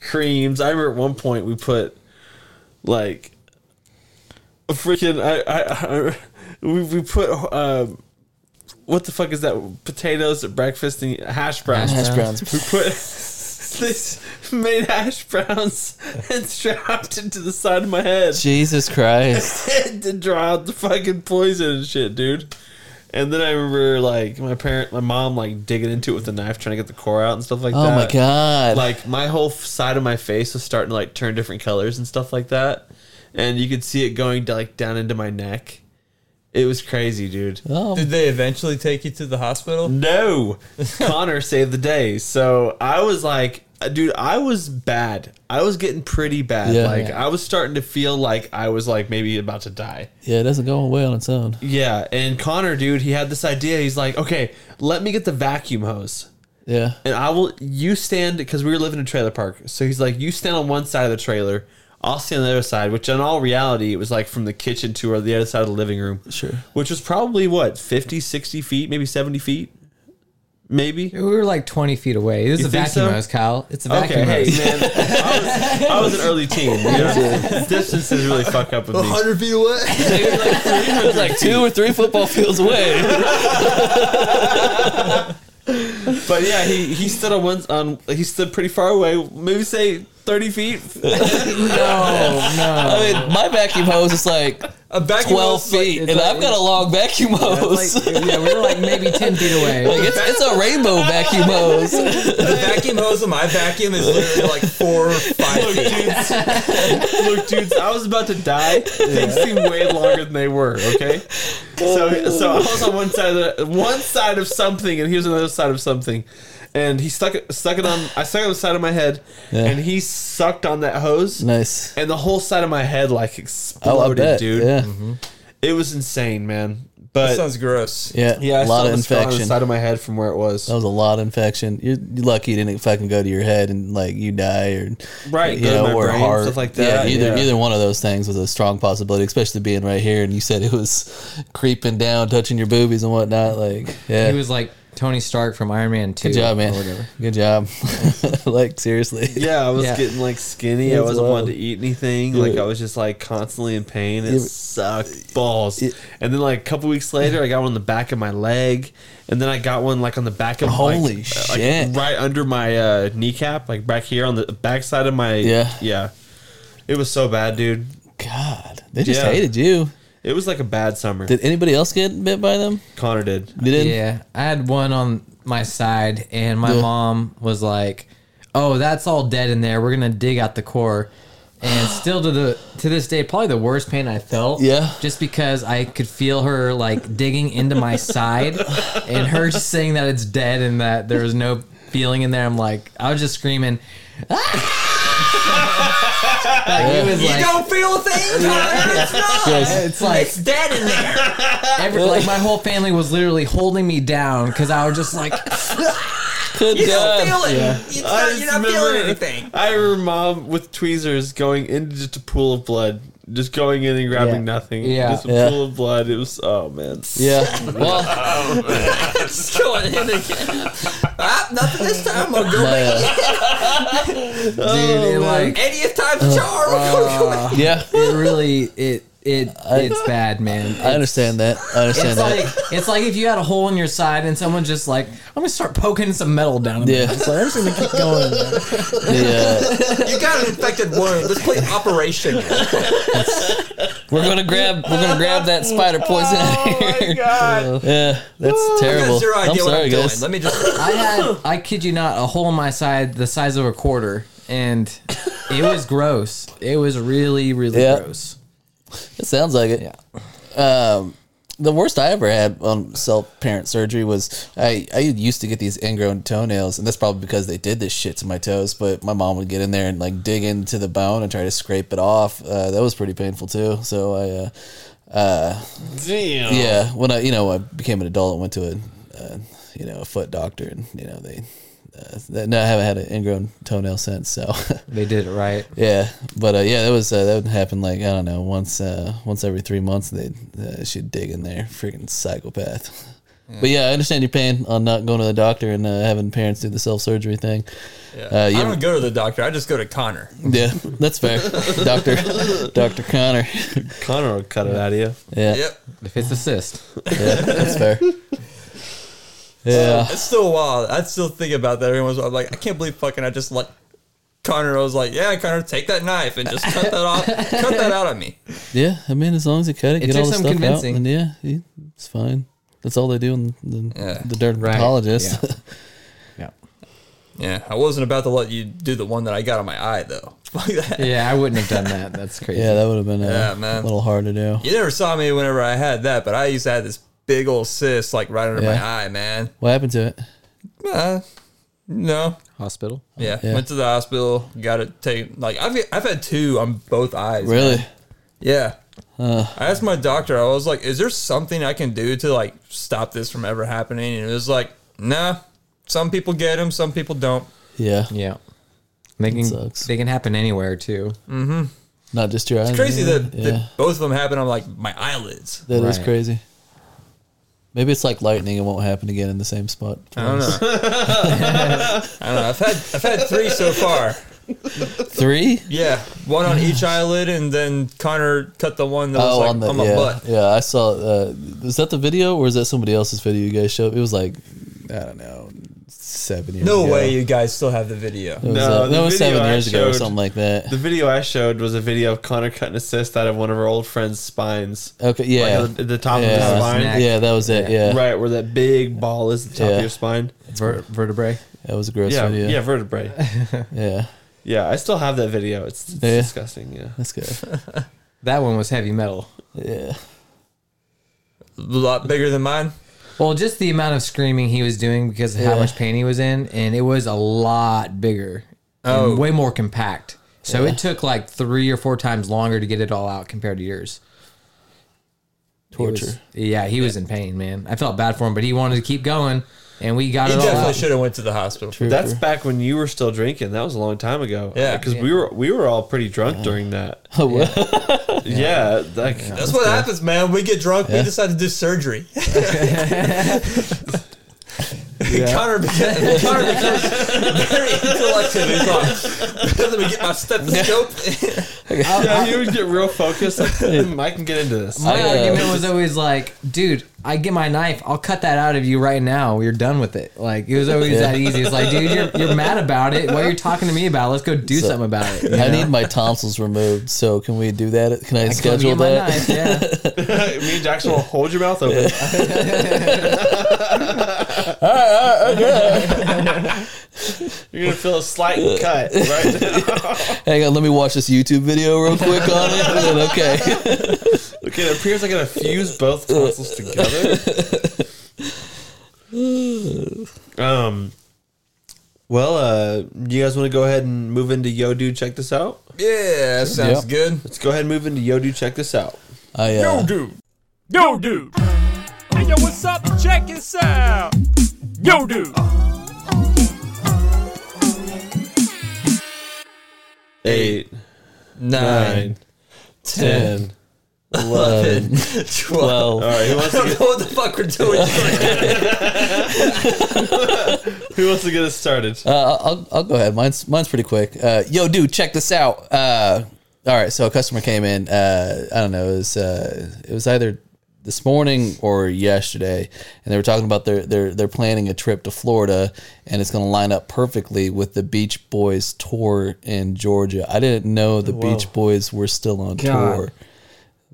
S6: creams. I remember at one point we put like a freaking I I, I we we put um what the fuck is that potatoes at breakfast and hash browns.
S4: Hash browns.
S6: We put this made hash browns and strapped it to the side of my head
S4: Jesus Christ.
S6: to draw out the fucking poison and shit, dude. And then I remember like my parent, my mom like digging into it with a knife, trying to get the core out and stuff like
S4: Oh
S6: that.
S4: my God.
S6: Like my whole f- side of my face was starting to like turn different colors and stuff like that, and you could see it going to, like down into my neck. It was crazy, dude.
S4: oh,
S5: Did they eventually take you to the hospital?
S6: No, Connor saved the day. So I was like, uh, dude, I was bad. I was getting pretty bad.
S4: Yeah.
S6: like
S3: Yeah.
S6: I was starting to feel like I was like maybe about to die.
S4: yeah, it doesn't go away on its own.
S6: Yeah, and Connor, dude, he had this idea. He's like, okay, let me get the vacuum hose,
S4: Yeah.
S6: and I will. You stand because we were living in a trailer park. So he's like, you stand on one side of the trailer, I'll stand on the other side. Which, in all reality, it was like from the kitchen to or the other side of the living room.
S4: Sure.
S6: Which was probably what 50, 60 feet, maybe seventy feet, maybe.
S3: We were like 20 feet away. This is
S6: You
S3: a
S6: think
S3: vacuum
S6: so?
S3: hose, Kyle. It's a vacuum
S6: Okay, hey
S3: hose.
S6: man, I was, I was an early teen. You know? Distances really fuck up with me.
S5: feet away.
S4: it was like two or three football fields away.
S6: But yeah, he, he stood on one on he stood pretty far away. Maybe say thirty feet,
S3: No, no.
S4: I mean, my vacuum hose is like
S5: A vacuum
S4: 12
S5: hose, like-
S4: feet,
S3: it's
S4: and
S3: like-
S4: I've got a long vacuum hose.
S3: Like, yeah, we were like maybe 10 feet away.
S4: Like, it's, it's a rainbow vacuum hose.
S5: the vacuum hose of my vacuum is literally like four or five feet.
S6: dudes. Look, dudes, I was about to die. Things seemed way longer than they were. Okay, so so I was on one side of the, one side of something, and he was on the other side of something, and he stuck it stuck it on. I stuck it on the side of my head,
S4: Yeah.
S6: and he sucked on that hose,
S4: Nice.
S6: and the whole side of my head like
S4: Oh, I
S6: exploded,
S4: bet,
S6: dude.
S4: Yeah,
S6: It was insane, man. But
S5: That sounds gross.
S4: yeah,
S6: yeah, I
S4: a lot
S6: saw
S4: of
S6: the scar on the
S4: infection.
S6: side of my head from where it was.
S4: That was a lot of infection. You're, you're lucky it didn't fucking go to your head and like you die or
S6: Right,
S4: you
S6: go to
S4: know,
S6: my
S4: or
S6: brain,
S4: heart
S6: stuff like that,
S4: Yeah, either
S6: yeah.
S4: either one of those things was a strong possibility, especially being right here. And you said it was creeping down, touching your boobies and whatnot. Like, yeah,
S3: He was like Tony Stark from Iron Man 2.
S4: good job, man.
S3: Or whatever.
S4: Good job. like seriously,
S6: "Oh, Yeah, I was
S3: Yeah.
S6: getting like skinny.
S4: It
S6: I
S4: was
S6: wasn't wanting
S4: wild.
S6: to eat anything. Like I was just like constantly in pain. It
S4: Yeah, but-
S6: sucked balls. and then like a couple weeks later, I got one on the back of my leg, and then I got one like on the back of like,
S4: Holy
S6: uh, like,
S4: shit.
S6: right under my uh, kneecap, like back here on the back side of my
S4: Yeah.
S6: yeah. It was so bad, dude.
S4: God, they just
S6: Yeah.
S4: hated you.
S6: It was like a bad summer.
S4: Did anybody else get bit by them?
S6: Connor did.
S4: You didn't?
S3: Yeah. I had one on my side, and my
S4: Yeah.
S3: mom was like, oh, that's all dead in there. We're going to dig out the core. And still to the to this day, probably the worst pain I felt.
S4: Yeah.
S3: Just because I could feel her like digging into my side, and her just saying that it's dead and that there was no feeling in there. I'm like, I was just screaming. "Ah!" like, it was
S5: You
S3: like,
S5: don't feel a thing, Connor. It's not.
S3: it's like
S5: It's dead in there.
S3: Every, like my whole family was literally holding me down because I was just like,
S4: Good
S5: You
S4: God.
S5: don't feel it.
S4: Yeah.
S5: It's
S6: I
S5: not,
S6: just
S5: you're not
S6: remember-
S5: feeling anything.
S6: I remember mom with tweezers going into just a pool of blood, just going in and grabbing
S3: Yeah.
S6: nothing.
S3: Yeah.
S6: just a
S4: Yeah.
S6: pool of blood. It was oh man.
S4: Yeah. Well,
S5: It's going in again. Ah, nothing this time. I'm gonna go
S4: my,
S5: back.
S4: uh, Oh,
S3: dude, it, like
S5: 80th time's a charm.
S4: yeah.
S3: it really it it it's bad, man.
S4: I understand that. I
S3: It's
S4: understand that.
S3: like it's like if you had a hole in your side and someone just like I'm gonna start poking some metal down. in there."
S4: Yeah. uh,
S3: it's like, I'm just gonna keep going. in there."
S4: Yeah.
S5: You got an infected worm. Let's play Operation.
S4: We're gonna grab we're gonna grab that spider poison out of here.
S5: Oh God.
S4: Yeah, that's terrible.
S5: That's your idea
S4: I'm
S5: what
S4: sorry,
S5: I'm doing.
S4: guys.
S5: Let me just.
S3: I had I kid you not a hole in my side the size of a quarter, and it was gross. It was really really
S4: Yeah.
S3: gross.
S4: It sounds like it. Um, the worst I ever had on self parent surgery was I, I used to get these ingrown toenails, and that's probably because they did this shit to my toes. But my mom would get in there and like dig into the bone and try to scrape it off. Uh, that was pretty painful too. So I, uh,
S6: Damn.
S4: yeah, when I you know I became an adult and went to a uh, you know a foot doctor, and you know they. Uh, th- no, I haven't had an ingrown toenail since. So,
S3: They did it right.
S4: Yeah, but uh, yeah, that was uh, that would happen like I don't know once uh, once every three months they uh, she'd dig in there, freaking psychopath. But yeah, I understand your pain on not going to the doctor and uh, having parents do the self surgery thing. Uh, you
S5: I
S4: ever-
S5: don't go to the doctor. I just go to Connor.
S4: yeah, that's fair, Doctor Doctor Connor.
S6: Connor will cut it out of you.
S4: Yeah,
S5: Yep.
S3: If it's a cyst,
S4: yeah, that's fair. Yeah,
S5: It's still wild. I still think about that. Everyone's I'm like, I can't believe fucking I just let Connor. I was like, yeah, Connor, take that knife and just cut that off, cut that out of me.
S4: yeah. I mean, as long as you cut it,
S3: It
S4: get
S3: took
S4: all the
S3: some
S4: stuff
S3: convincing.
S4: out, and yeah, you- it's fine. That's all they do in the,
S5: Yeah.
S4: the dermatologist.
S3: Yeah. yeah,
S5: Yeah, I wasn't about to let you do the one that I got on my eye though. Fuck that.
S3: yeah, I wouldn't have done that. That's crazy.
S4: Yeah, that would have been uh,
S5: Yeah,
S4: a
S5: man.
S4: little hard to do.
S5: You never saw me whenever I had that, but I used to have this big old cyst like right under
S4: Yeah.
S5: my eye, man.
S4: What happened to it?
S5: Uh, no.
S3: Hospital.
S5: Yeah.
S4: Yeah.
S5: Went to the hospital, got it taken. Like, I've, I've had two on both eyes.
S4: Really?
S5: Yeah.
S4: Uh.
S5: I asked my doctor, I was like, is there something I can do to like stop this from ever happening? And it was like, nah, some people get them, some people don't.
S4: Yeah.
S3: Yeah, they can
S4: sucks.
S3: they can happen anywhere too.
S4: Not just your eyes. It's
S5: Crazy that,
S4: yeah.
S5: that both of them happen on like my eyelids.
S4: that is
S3: Right.
S4: crazy. Maybe it's like lightning; it won't happen again in the same spot.
S5: I don't know. I don't know. I've had I've had three so far.
S4: Three?
S5: Yeah, one on each eyelid, and then Connor cut the one that was
S4: Oh,
S5: like
S4: on
S5: on,
S4: the
S5: my
S4: yeah,
S5: butt.
S4: yeah. I saw. Uh, is that the video, or is that somebody else's video you guys showed? It was like I don't know, seven years.
S5: No
S4: ago.
S5: way, you guys still have the video.
S4: It was,
S6: No,
S4: uh,
S6: the
S4: that was
S6: video
S4: seven
S6: I
S4: years ago or
S6: showed-
S4: something like that.
S6: The video I showed was a video of Connor cutting a cyst out of one of our old friend's spines.
S4: okay, yeah,
S6: Like the, the top of
S4: yeah,
S6: the spine.
S3: Snack.
S4: yeah. That was it. Yeah,
S6: Right, where that big ball is at the top
S4: Yeah.
S6: of your spine.
S3: Ver- vertebrae.
S4: that was a gross
S6: yeah,
S4: video.
S6: yeah, vertebrae.
S4: yeah,
S6: Yeah, I still have that video. It's, it's
S4: Yeah.
S6: disgusting. Yeah.
S4: that's good.
S3: That one was heavy metal.
S4: Yeah,
S5: A lot bigger than mine.
S3: Well, just the amount of screaming he was doing because of how
S4: Yeah.
S3: much pain he was in, and it was a lot bigger,
S5: Oh.
S3: and way more compact. So it took like three or four times longer to get it all out compared to yours. He was-
S4: torture.
S3: yeah, he was in pain, man. I felt bad for him, but he wanted to keep going, and we got
S5: He
S3: it all
S5: definitely
S3: out.
S5: should have went to the hospital.
S4: True.
S6: That's back when you were still drinking. That was a long time ago.
S5: Yeah.
S6: because we were we were all pretty drunk during that.
S4: Oh, well,
S6: Yeah, like
S5: That's what happens, man. We get drunk. We decide to do surgery. Connor, beca- Connor becomes very intellective. He's like, let me get my stethoscope.
S6: yeah, he would get real focused. Like, hmm, I can get into this.
S3: My
S4: I, uh,
S3: argument was always like, dude, I get my knife, I'll cut that out of you right now. You're done with it. Like it was always that easy. It's like, dude, you're, you're mad about it. What are you talking to me about? Let's go do
S4: So-
S3: something about it. you
S4: I
S3: know?
S4: need my tonsils removed. So can we do that? Can I,
S3: I couldn't
S4: schedule
S3: get my knife,
S4: that?
S3: yeah.
S6: Me and Jackson will hold your mouth open. You're gonna feel a slight cut, right?
S4: Hang on, let me watch this YouTube video real quick on it. and then, okay.
S6: Okay, it appears I gotta fuse both tonsils together. um. Well, uh, you guys want to go ahead and move into Yo Dude Check This Out?
S5: yeah, that sounds
S4: Yep.
S5: good.
S6: Let's go ahead and move into Yo Dude Check This Out.
S4: I, uh,
S1: dude. Yo, dude. Hey, yo, what's up? Check this out. Yo, dude.
S6: Eight,
S5: Nine,
S6: nine, ten.
S5: eleven, twelve.
S6: All right, who wants,
S5: I
S6: to
S5: don't know what the fuck we're doing.
S6: get, who wants to get us started?
S4: uh, I'll, I'll go ahead. Mine's mine's pretty quick. Uh, yo, dude, check this out. Uh, all right so a customer came in uh i don't know it was uh it was either this morning or yesterday and they were talking about their they're they're planning a trip to florida and it's going to line up perfectly with the beach boys tour in georgia i didn't know the beach boys were still on
S7: God. Hmm.
S4: tour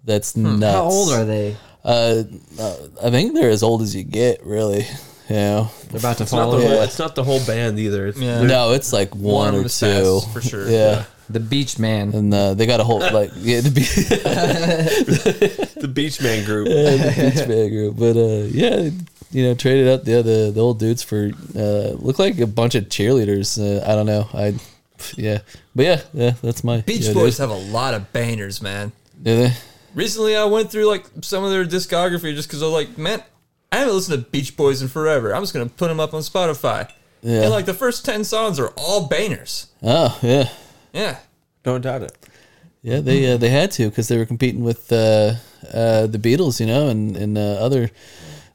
S4: that's nuts
S7: How old are they?
S4: uh, uh, i think they're as old as you get really you know
S3: They're about to
S6: It's not, the
S3: follow
S6: whole,
S4: Yeah.
S6: it's not the whole band either. It's,
S5: Yeah.
S4: no it's like one,
S5: of
S4: or
S5: the
S4: two
S5: stats, for sure.
S4: yeah
S3: the beach man.
S4: and uh, they got a whole like yeah to be
S6: The Beach Man group.
S4: the beach bag group. But uh, yeah, you know, traded up the other the old dudes for uh, look like a bunch of cheerleaders. Uh, I don't know. I yeah, but yeah, yeah, that's my
S5: Beach
S4: yeah,
S5: Boys
S4: dude.
S5: have a lot of bangers, man.
S4: Do they?
S5: Recently, I went through like some of their discography just because I was like, man, I haven't listened to Beach Boys in forever. I'm just gonna put them up on Spotify.
S4: Yeah.
S5: And like the first ten songs are all bangers.
S4: Oh yeah,
S5: Yeah.
S6: Don't doubt it.
S4: yeah. They uh, they had to because they were competing with uh, uh, the Beatles, you know, and and uh, other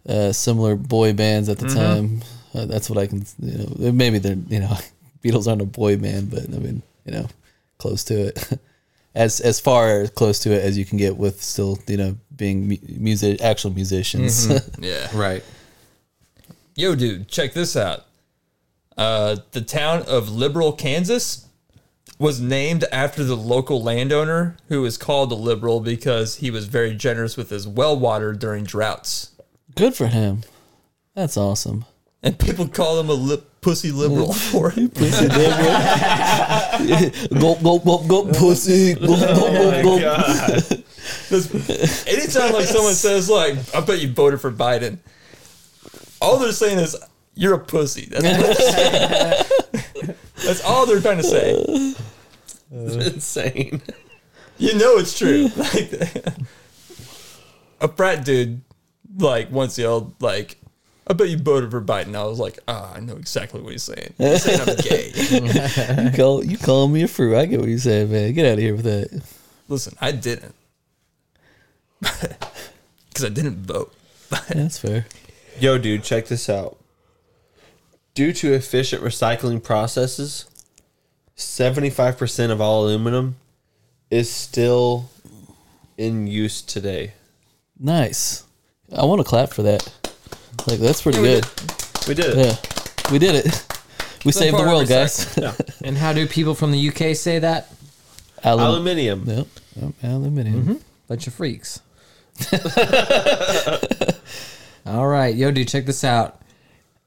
S4: uh, similar boy bands at the time. Uh, that's what I can. You know, maybe they're you know Beatles aren't a boy band, but I mean you know close to it. as as far close to it as you can get with still you know being mu- music actual musicians.
S5: Yeah.
S6: Right.
S5: Yo, dude, check this out. Uh, the town of Liberal, Kansas was named after the local landowner who was called a liberal because he was very generous with his well water during droughts.
S4: Good for him. That's awesome.
S5: And people call him a lip, pussy liberal for it.
S4: Pussy liberal. gulp gulp gulp gulp pussy. Gulp gulp gulp gulp.
S5: Anytime like someone says like, I bet you voted for Biden, all they're saying is you're a pussy. That's, what they're saying. That's all they're trying to say.
S6: It's insane.
S5: You know it's true. Like a frat dude like once yelled like I bet you voted for Biden. I was like, ah, I know exactly what he's saying. He's saying I'm gay.
S4: You call you call me a fruit. I get what you say, man. Get out of here with that.
S5: Listen, I didn't. Because I didn't vote.
S4: That's fair.
S6: Yo, dude, check this out. Due to efficient recycling processes, 75% of all aluminum is still in use today.
S4: Nice. I want to clap for that. Like that's pretty good.
S6: We did it.
S4: Yeah, we did it. We saved the
S5: far,
S4: world,
S5: recycling.
S4: guys.
S3: And how do people from the UK say that?
S4: Alum-
S6: Aluminium.
S4: yep. Yep. Aluminium.
S3: Bunch of freaks. All right, yo, dude, check this out.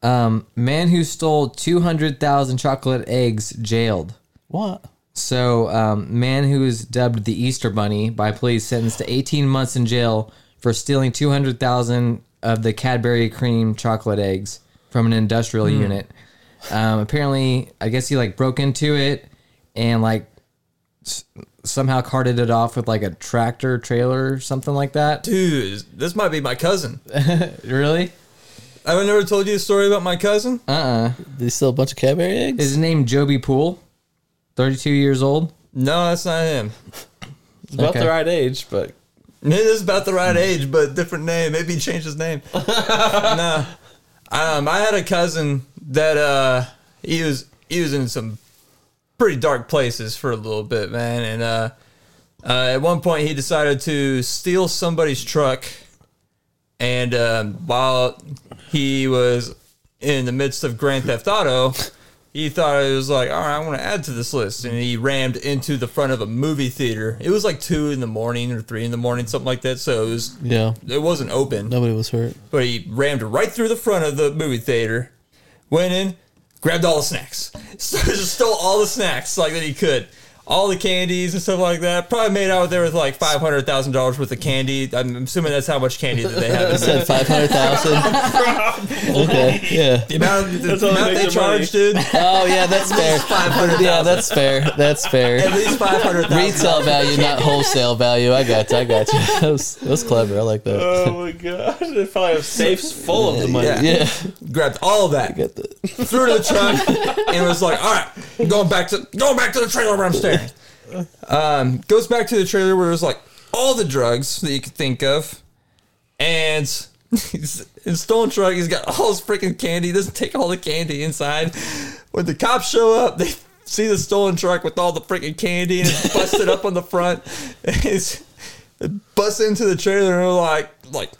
S3: Um, man who stole two hundred thousand chocolate eggs jailed.
S4: What?
S3: So, um, man who is dubbed the Easter Bunny by police sentenced to 18 months in jail for stealing 200,000 of the Cadbury cream chocolate eggs from an industrial unit. Um, apparently, I guess he like broke into it and like s- somehow carted it off with like a tractor trailer or something like that.
S5: Dude, this might be my cousin.
S3: Really?
S5: I've never told you the story about my cousin.
S4: Did he steal a bunch of Cadbury eggs?
S3: Is his name Joby Poole? 32 years old.
S5: No, that's not him.
S6: It's about
S3: Okay.
S6: the right age, but
S5: It is about the right age, but different name. Maybe he changed his name. no, um, I had a cousin that uh, he was he was in some pretty dark places for a little bit, man. And uh, uh, at one point, he decided to steal somebody's truck, and um, while he was in the midst of Grand Theft Auto. He thought it was like, all right, I want to add to this list, and he rammed into the front of a movie theater. It was like two in the morning or three in the morning, something like that. So it was,
S4: yeah.
S5: it wasn't open
S4: Nobody was hurt.
S5: but he rammed right through the front of the movie theater, went in, grabbed all the snacks, so he just stole all the snacks like that he could, all the candies and stuff like that. Probably made out there with like five hundred thousand dollars worth of candy. I'm assuming that's how much candy that they have. in there.
S4: Said five hundred thousand. okay. Yeah.
S5: The amount, the
S6: how they
S5: amount
S6: make
S5: they
S6: their money.
S5: charged, dude,
S4: Oh yeah, that's fair.
S5: five hundred.
S4: Yeah, that's fair. That's
S5: At
S4: fair.
S5: least five hundred thousand.
S4: Retail value, not wholesale value. I got you. I got you. That was, that was clever. I like that.
S6: Oh my gosh, they probably have safes full of the money.
S5: Yeah.
S4: Yeah.
S5: grabbed all of that,
S4: Get the-
S5: threw it in the truck, and was like, "All right, I'm going back to going back to the trailer where I'm staying." Um, goes back to the trailer where it was like all the drugs that you could think of, and he's in stolen truck. He's got all his freaking candy. Doesn't take all the candy inside. When the cops show up, they see the stolen truck with all the freaking candy and it's busted up on the front. It's it busts into the trailer and they're like, like,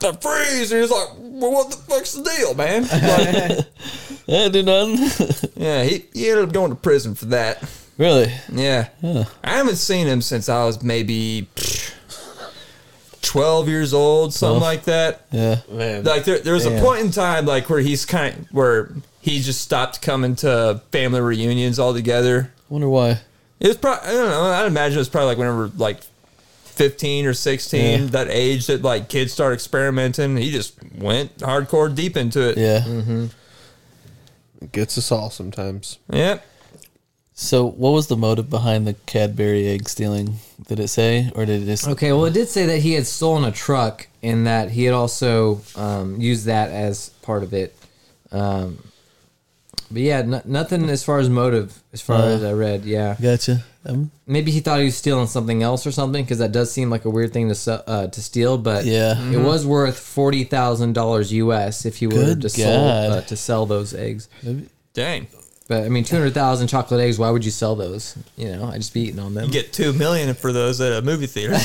S5: the freeze. And he's like, well, what the fuck's the deal, man? Like,
S4: I did nothing.
S5: yeah, he, he ended up going to prison for that.
S4: really?
S5: Yeah. I haven't seen him since I was maybe psh, 12 years old, something like that.
S4: Yeah.
S6: Man,
S5: Like there, there was a
S3: Yeah.
S5: point in time like where he's kind of, where he just stopped coming to family reunions altogether.
S4: Wonder why.
S5: It was probably I don't know. I'd imagine it was probably like whenever like fifteen or sixteen,
S4: Yeah.
S5: that age that like kids start experimenting. He just went hardcore deep into it.
S4: Yeah.
S6: Mm-hmm. it gets us all sometimes.
S5: Yep.
S4: So, what was the motive behind the Cadbury egg stealing? Did it say, or did it just?
S3: Okay, well, it did say that he had stolen a truck and that he had also um, used that as part of it. Um, but yeah, no, nothing as far as motive, as far
S4: Uh,
S3: as I read. Yeah,
S4: Gotcha. Um,
S3: maybe he thought he was stealing something else or something because that does seem like a weird thing to se- uh, to steal. But
S4: Yeah.
S3: it was worth forty thousand dollars U.S. if you were
S4: Good
S3: to sell
S4: God.
S3: uh, to sell those eggs.
S5: Dang.
S3: But I mean, two hundred thousand chocolate eggs. Why would you sell those? You know, I'd just be eating on them.
S5: You get two million for those at a movie theater.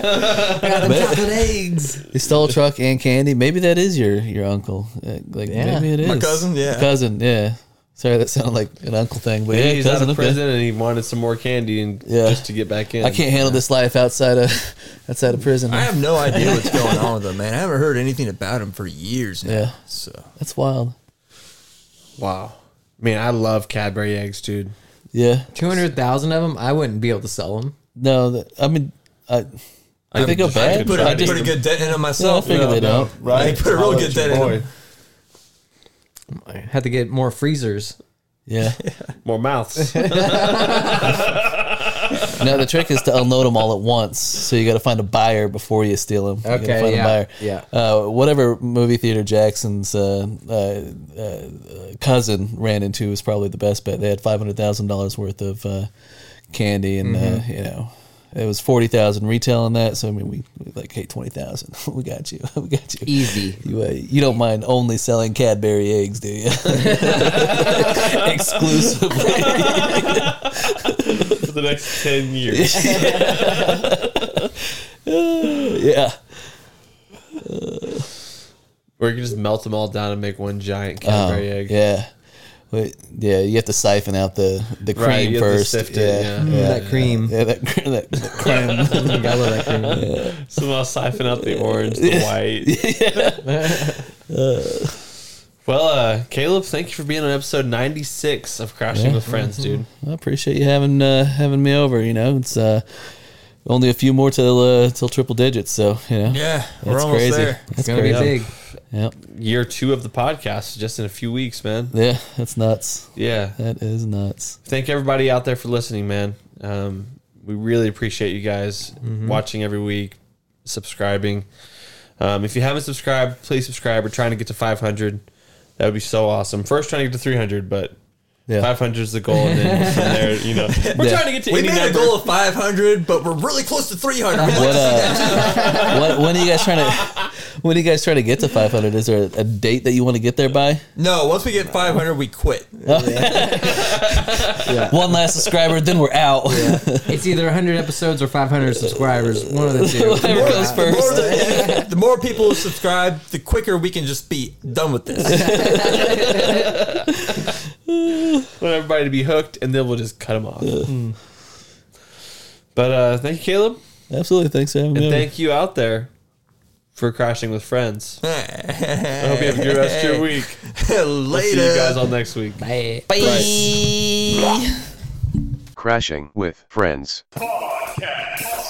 S3: chocolate eggs.
S4: he stole a truck and candy. Maybe that is your your uncle. Uh, Like
S3: Yeah.
S4: maybe it is
S5: My cousin, yeah.
S4: cousin. Yeah. Sorry, that sounded like an uncle thing, but
S6: Yeah,
S4: yeah,
S6: he's
S4: cousin.
S6: out of
S4: okay.
S6: prison and he wanted some more candy and
S4: Yeah.
S6: just to get back in.
S4: I can't handle this life outside of outside of prison.
S5: I have no idea what's going on with him, man. I haven't heard anything about him for years now.
S4: Yeah.
S5: So
S4: That's wild.
S6: Wow. Man, I love Cadbury eggs, dude.
S4: Yeah.
S3: Two hundred thousand of them. I wouldn't be able to sell them.
S4: No, that, I mean, I, I think
S6: I'm-
S4: go
S6: I
S4: bad.
S6: could put
S5: put a
S6: it-
S4: I
S6: just-
S5: pretty good dent in him
S4: no, I
S5: myself.
S4: figure they don't.
S5: Right? They put a real good dent in him.
S3: I had to get more freezers.
S4: Yeah.
S6: More mouths.
S4: No, the trick is to unload them all at once. So you got to find a buyer before you steal them. you gotta
S3: Okay,
S4: find
S3: yeah,
S4: a buyer.
S3: yeah.
S4: Uh, whatever movie theater Jackson's uh, uh, uh, cousin ran into was probably the best bet. They had five hundred thousand dollars worth of uh, candy, and
S3: Mm-hmm.
S4: uh, you know. It was forty thousand retail on that, so I mean, we, we like hey twenty thousand. we got you, we got you.
S3: Easy.
S4: You, uh, you don't mind only selling Cadbury eggs, do you? Exclusively.
S6: For the next 10 years.
S4: yeah.
S6: Or you can just melt them all down and make one giant Cadbury egg.
S4: Oh, Yeah. Wait, yeah, you have to siphon out the, the cream
S6: Right, you have to
S4: first.
S6: sift it,
S4: yeah.
S6: yeah.
S3: Mm,
S4: yeah.
S3: that cream.
S4: Yeah, that, cr- that, that cream.
S3: I love that cream.
S6: So I'll siphon out the orange, the white. well, uh, Caleb, thank you for being on episode 96 of Crashing with Friends, dude.
S4: I appreciate you having uh, having me over. You know, it's uh, only a few more till uh, till triple digits. So you know,
S5: Yeah, we're
S4: that's
S5: almost
S4: crazy.
S5: there.
S4: That's
S3: It's gonna be
S4: crazy.
S3: big.
S4: Yep.
S6: Year two of the podcast, just in a few weeks, man.
S4: Yeah, that's nuts.
S6: Yeah.
S4: That is nuts.
S6: thank everybody out there for listening, man. Um, we really appreciate you guys watching every week, subscribing. Um, if you haven't subscribed, please subscribe. We're trying to get to 500. That would be so awesome. First, trying to get to 300, but
S4: Yeah.
S6: 500 is the goal. And then from there, you know, we're
S4: Yeah.
S6: trying to get to
S5: We
S6: any
S5: made a
S6: number.
S5: goal of 500, but we're really close to 300. We'd like
S4: What,
S5: to see
S4: uh, what when are you guys trying to when are you guys trying to get to 500? Is there a date that you want to get there by?
S5: No, once we get 500, we quit.
S4: One last subscriber, then we're out.
S3: It's either 100 episodes or 500 subscribers. One of the two.
S4: Whatever goes
S5: The
S4: first.
S5: more, the, the more people who subscribe, the quicker we can just be done with this.
S6: want everybody to be hooked, and then we'll just cut them off. But uh, thank you, Caleb.
S4: Absolutely. Thanks for having
S6: And
S4: me. over.
S6: thank you out there for crashing with friends. I hope you have a good rest of your week.
S5: Later.
S6: See you guys all next week.
S3: Bye.
S7: Crashing with Friends.
S8: Podcast.